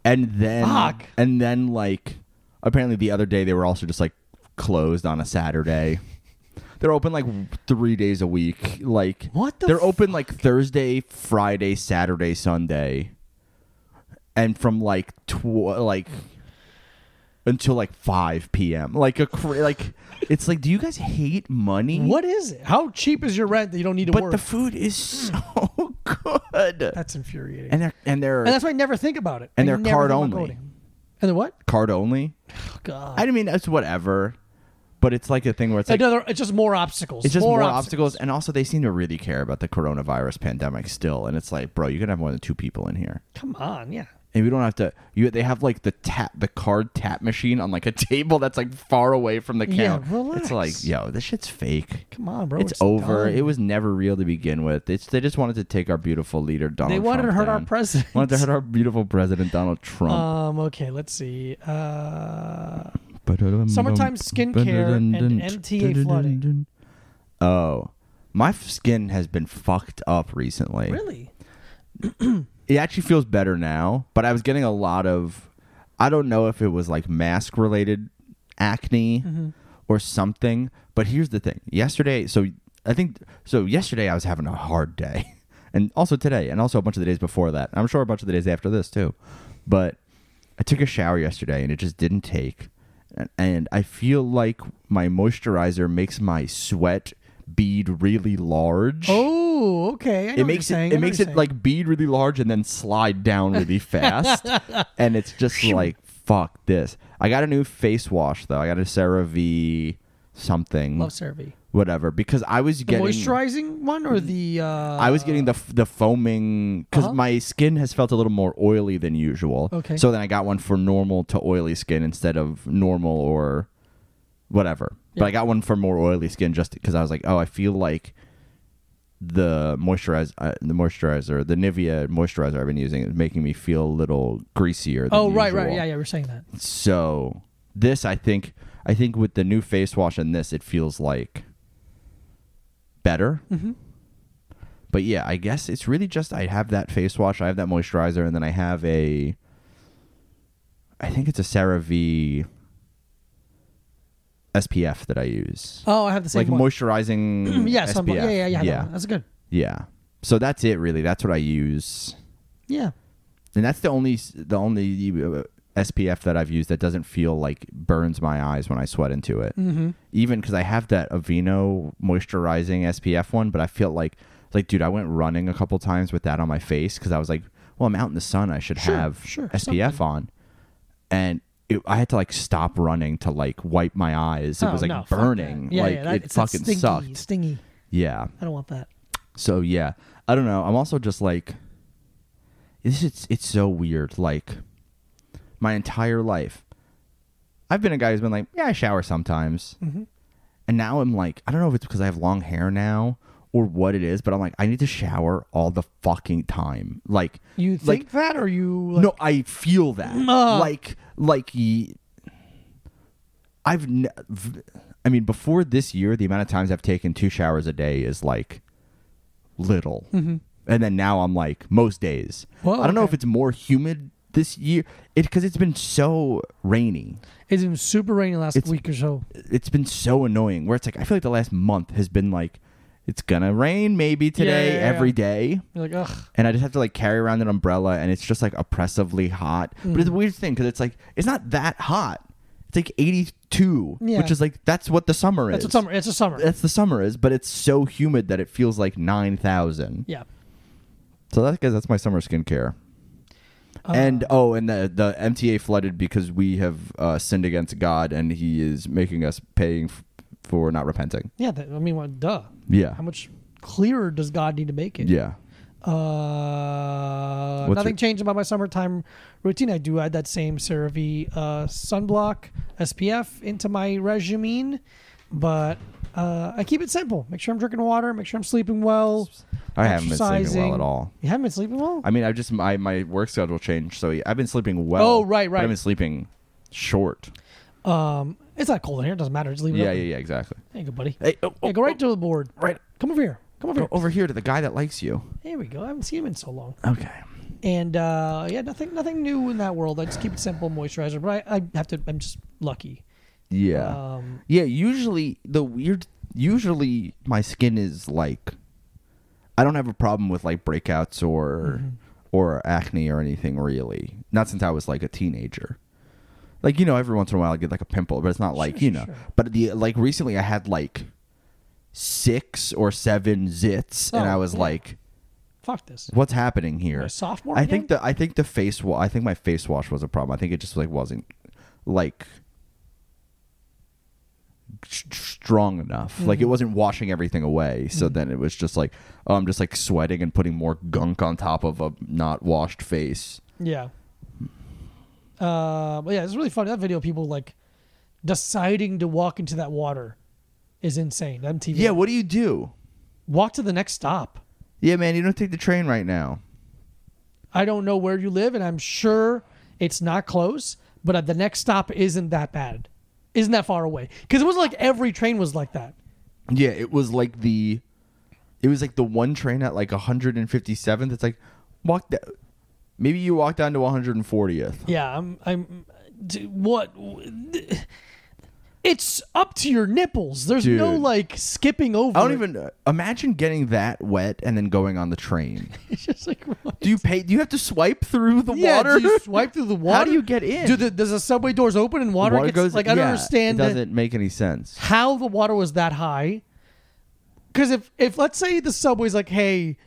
and then Fuck. and then like apparently the other day they were also just like closed on a saturday they're open like three days a week like What the they're open like thursday friday saturday sunday and from like tw- like until like 5 p.m like a cra- like it's like do you guys hate money What is it? How cheap is your rent that you don't need to but work? the food is so good that's infuriating. and And, they're and they're that's why I never think about it. And I they're never card think about only. voting. And the what? card only Oh, God. I mean, it's whatever, but it's like a thing where it's like Another. It's just more obstacles. it's just more, obstacles. and also they seem to really care about the coronavirus pandemic still. And it's like, bro, you can have more than two people in here, Come on, yeah. and we don't have to. You they have like the tap, the card tap machine on like a table that's like far away from the Yeah, count. relax. It's like, yo, this shit's fake. Come on, bro. It's, over. done. It was never real to begin with. It's they just wanted to take our beautiful leader Donald. They wanted to Trump hurt our down. president. Wanted to hurt our beautiful president Donald Trump. Um. Okay. Let's see. Uh. Summertime skincare and MTA flooding. Oh, my f- skin has been fucked up recently. Really? It actually feels better now, but I was getting a lot of, I don't know if it was like mask related acne or something. But here's the thing: yesterday, so I think so. Yesterday, I was having a hard day, and also today, and also a bunch of the days before that. I'm sure a bunch of the days after this too. But I took a shower yesterday, and it just didn't take. And- And I feel like my moisturizer makes my sweat bead really large Oh. Okay. I know it what makes you're saying. it I it know what makes you're it saying. like bead really large and then slide down really fast, and it's just like fuck this. I got a new face wash though. I got a CeraVe something, love CeraVe. whatever, because I was The getting moisturizing one or the? Uh, I I was getting the f- the foaming because Uh-huh. my skin has felt a little more oily than usual. Okay. so then I got one for normal to oily skin instead of normal or whatever. But I Yeah. got one for more oily skin just because I was like, oh, I feel like the moisturizer, uh, the moisturizer, the Nivea moisturizer I've been using is making me feel a little greasier. Than Oh right, right, usual. yeah, yeah. We're saying that. So this, I think, I think with the new face wash and this, it feels like better. Mm-hmm. But yeah, I guess it's really just I have that face wash, I have that moisturizer, and then I have a. I think it's a CeraVe SPF that I use, Oh, I have the same like one. Mm, moisturizing. yeah, SPF. some, yeah, yeah, yeah, yeah. yeah, That's good. yeah. So that's it, really. That's what I use Yeah. and that's the only the only uh, SPF that I've used that doesn't feel like burns my eyes when I sweat into it. Mm-hmm. Even because I have that Aveeno moisturizing SPF one, but I feel like like dude, I went running a couple times with that on my face because I was like, well, I'm out in the sun, I should Sure, have sure, SPF on, and. It, I had to like stop running to like wipe my eyes. It Oh, was like no, fuck that. burning. Yeah, like yeah, that, it it's that fucking stinky, sucked. Stingy. Yeah. I don't want that. So yeah, I don't know. I'm also just like, this it's it's so weird. Like, my entire life, I've been a guy who's been like, yeah, I shower sometimes, Mm-hmm. and now I'm like, I don't know if it's because I have long hair now or what it is, but I'm like, I need to shower all the fucking time. Like, You think like that, or you? Like, no, I feel that. Ugh. Like, like y- I've, ne- v- I mean, before this year, the amount of times I've taken two showers a day is like little, and then now I'm like most days. Mm-hmm. Whoa, I don't know okay. if it's more humid this year, it because it's been so rainy. It's been super rainy last It's- week or so. It's been so annoying. Where it's like I feel like the last month has been like. It's gonna rain maybe today, yeah, yeah. every day You're like, ugh. and I just have to like carry around an umbrella, and it's just like oppressively hot. But it's Mm. a weird thing because it's like it's not that hot. It's like 82, Yeah. which is like that's what the summer That's is. a summer. It's a summer. That's the summer is, but it's so humid that it feels like 9,000. yeah. So that guys, that's my summer skincare. Uh, and oh, and the the MTA flooded because we have uh, sinned against God, and He is making us paying f- for not repenting. yeah, that, I mean, what, duh. Yeah. How much clearer does God need to make it? Yeah. Uh, What's nothing your- changed about my summertime routine. I do add that same CeraVe uh, sunblock SPF into my regimen, but uh, I keep it simple. Make sure I'm drinking water. Make sure I'm sleeping well. I haven't been sleeping well exercising. at all. You haven't been sleeping well. I mean, I've just my my work schedule changed, so I've been sleeping well. Oh, right, but right. I've been sleeping Short. Um, it's not cold in here. It doesn't matter. Just leave it. Yeah, yeah, open. yeah, exactly. There you go, buddy. Hey, oh, Yeah, oh, go right to the board. right. Come over here. Come over Go here. over here to the guy that likes you. Here we go. I haven't seen him in so long. Okay. And uh, yeah, nothing, nothing new in that world. I just keep it simple, moisturizer. But I, I have to. I'm just lucky. Yeah. Um, yeah, usually the weird usually my skin is like I don't have a problem with like breakouts or Mm-hmm. or acne or anything really. Not since I was like a teenager. Like you know, every once in a while I get like a pimple, but it's not like, Sure, you know. sure, sure. But the like recently I had like 6 or 7 zits and Oh, I was yeah. like fuck this. what's happening here? You're a sophomore I again? think the I think the face wa- I think my face wash was a problem. I think it just like wasn't like s- strong enough. Like it Mm-hmm. wasn't washing everything away. So then it was just like oh, I'm just like sweating and putting more gunk on top of a not washed face. Yeah. Uh, but yeah, it's really funny. That video, of people like deciding to walk into that water, is insane. MTV. Yeah, what do you do? Walk to the next stop. Yeah, man, you don't take the train right now. I don't know where you live, and I'm sure it's not close. But at the next stop isn't that bad. Isn't that far away? Because it was like every train was like that. Yeah, it was like the it was like the one train at like 157th. It's like walk that maybe you walk down to 140th. Yeah, I'm. I'm. d- What? It's up to your nipples. There's no Dude. like skipping over. I don't it. even imagine getting that wet and then going on the train. It's just like. what? Do you pay? Do you have to swipe through the Yeah, water? do you swipe through the water? How do you get in? Dude, the, does the subway doors open and water, gets, like I don't yeah, understand It the- doesn't make any sense. how the water was that high. Because if if let's say the subway's like, hey,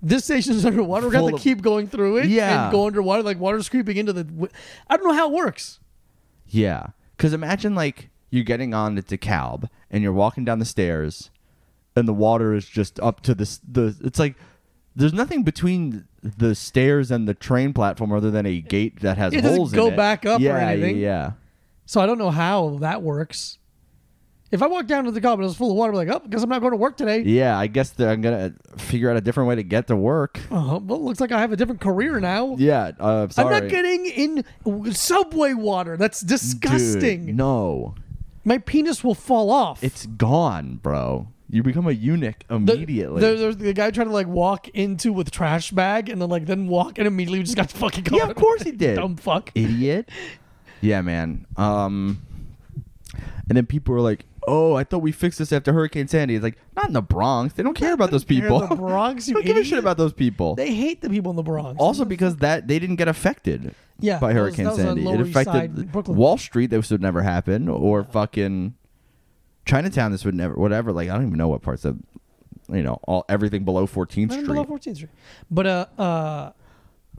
this station's underwater, we're gonna Full have to of- keep going through it Yeah. and go underwater, like water's creeping into the. w- I don't know how it works. Yeah, because imagine like you're getting on to DeKalb and you're walking down the stairs, and the water is just up to the s- the. It's like there's nothing between the stairs and the train platform other than a gate that has It doesn't holes. go in it. back up or yeah, anything. Yeah, yeah. So I don't know how that works. If I walked down to the cup and it was full of water, I'd be like, oh, because I'm not going to work today. Yeah, I guess that I'm gonna figure out a different way to get to work. Uh-huh. Well, it looks like I have a different career now. Yeah, uh, I'm sorry. not getting in w- subway water. That's disgusting. Dude, no, My penis will fall off. it's gone, bro. You become a eunuch The- immediately. there- there's the guy trying to like walk into with trash bag and then like then walk and immediately just got fucking caught. yeah, of course he did. Dumb fuck. Idiot. Yeah, man. Um, and then people were like, "Oh, I thought we fixed this after Hurricane Sandy." It's like not in the Bronx. They don't care about those Here in people. the Bronx, They you don't give a idiot. shit about those people. They hate the people in the Bronx. also, because that they didn't get affected. Yeah, by that was- Hurricane that was on Sandy, it Lower East affected Side, Brooklyn. Wall Street. This would never happen, or fucking Chinatown. This would never, whatever. Like I don't even know what parts of, you know, all everything below 14th Right Street. below 14th Street. But uh, uh,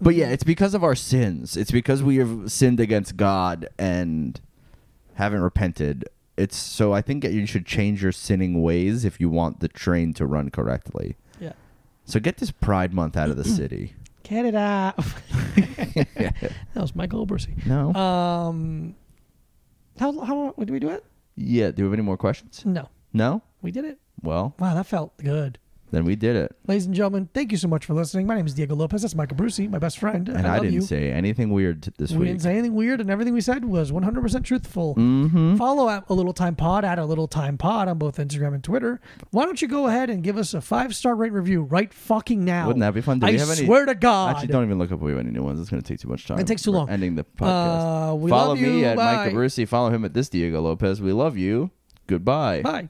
But yeah, it's because of our sins. It's because we have sinned against God and haven't repented. It's so I think that you should change your sinning ways if you want the train to run correctly. yeah. So get this Pride Month out of the city. Get it out. that was Michael Obersey. No. Um, how how did we do it? yeah. Do we have any more questions? No, No. we did it. Well, Wow, that felt good. then we did it, Ladies and gentlemen, thank you so much for listening. My name is Diego Lopez. That's Michael Brucey, my best friend. and I, love didn't you. say anything weird t- this we week. didn't say anything weird, and everything we said was 100% truthful. Mm-hmm. Follow at a little time pod at a little time pod on both Instagram and Twitter. Why don't you go ahead and give us a five star rate review right fucking now? Wouldn't that be fun? Do I we have any- swear to God. Actually, don't even look up if we have any new ones. It's going to take too much time. It takes too We're long. Ending the podcast. Uh, we Follow love me you. at Bye. Mike Abruzzi. Follow him at this Diego Lopez. We love you. Goodbye. Bye.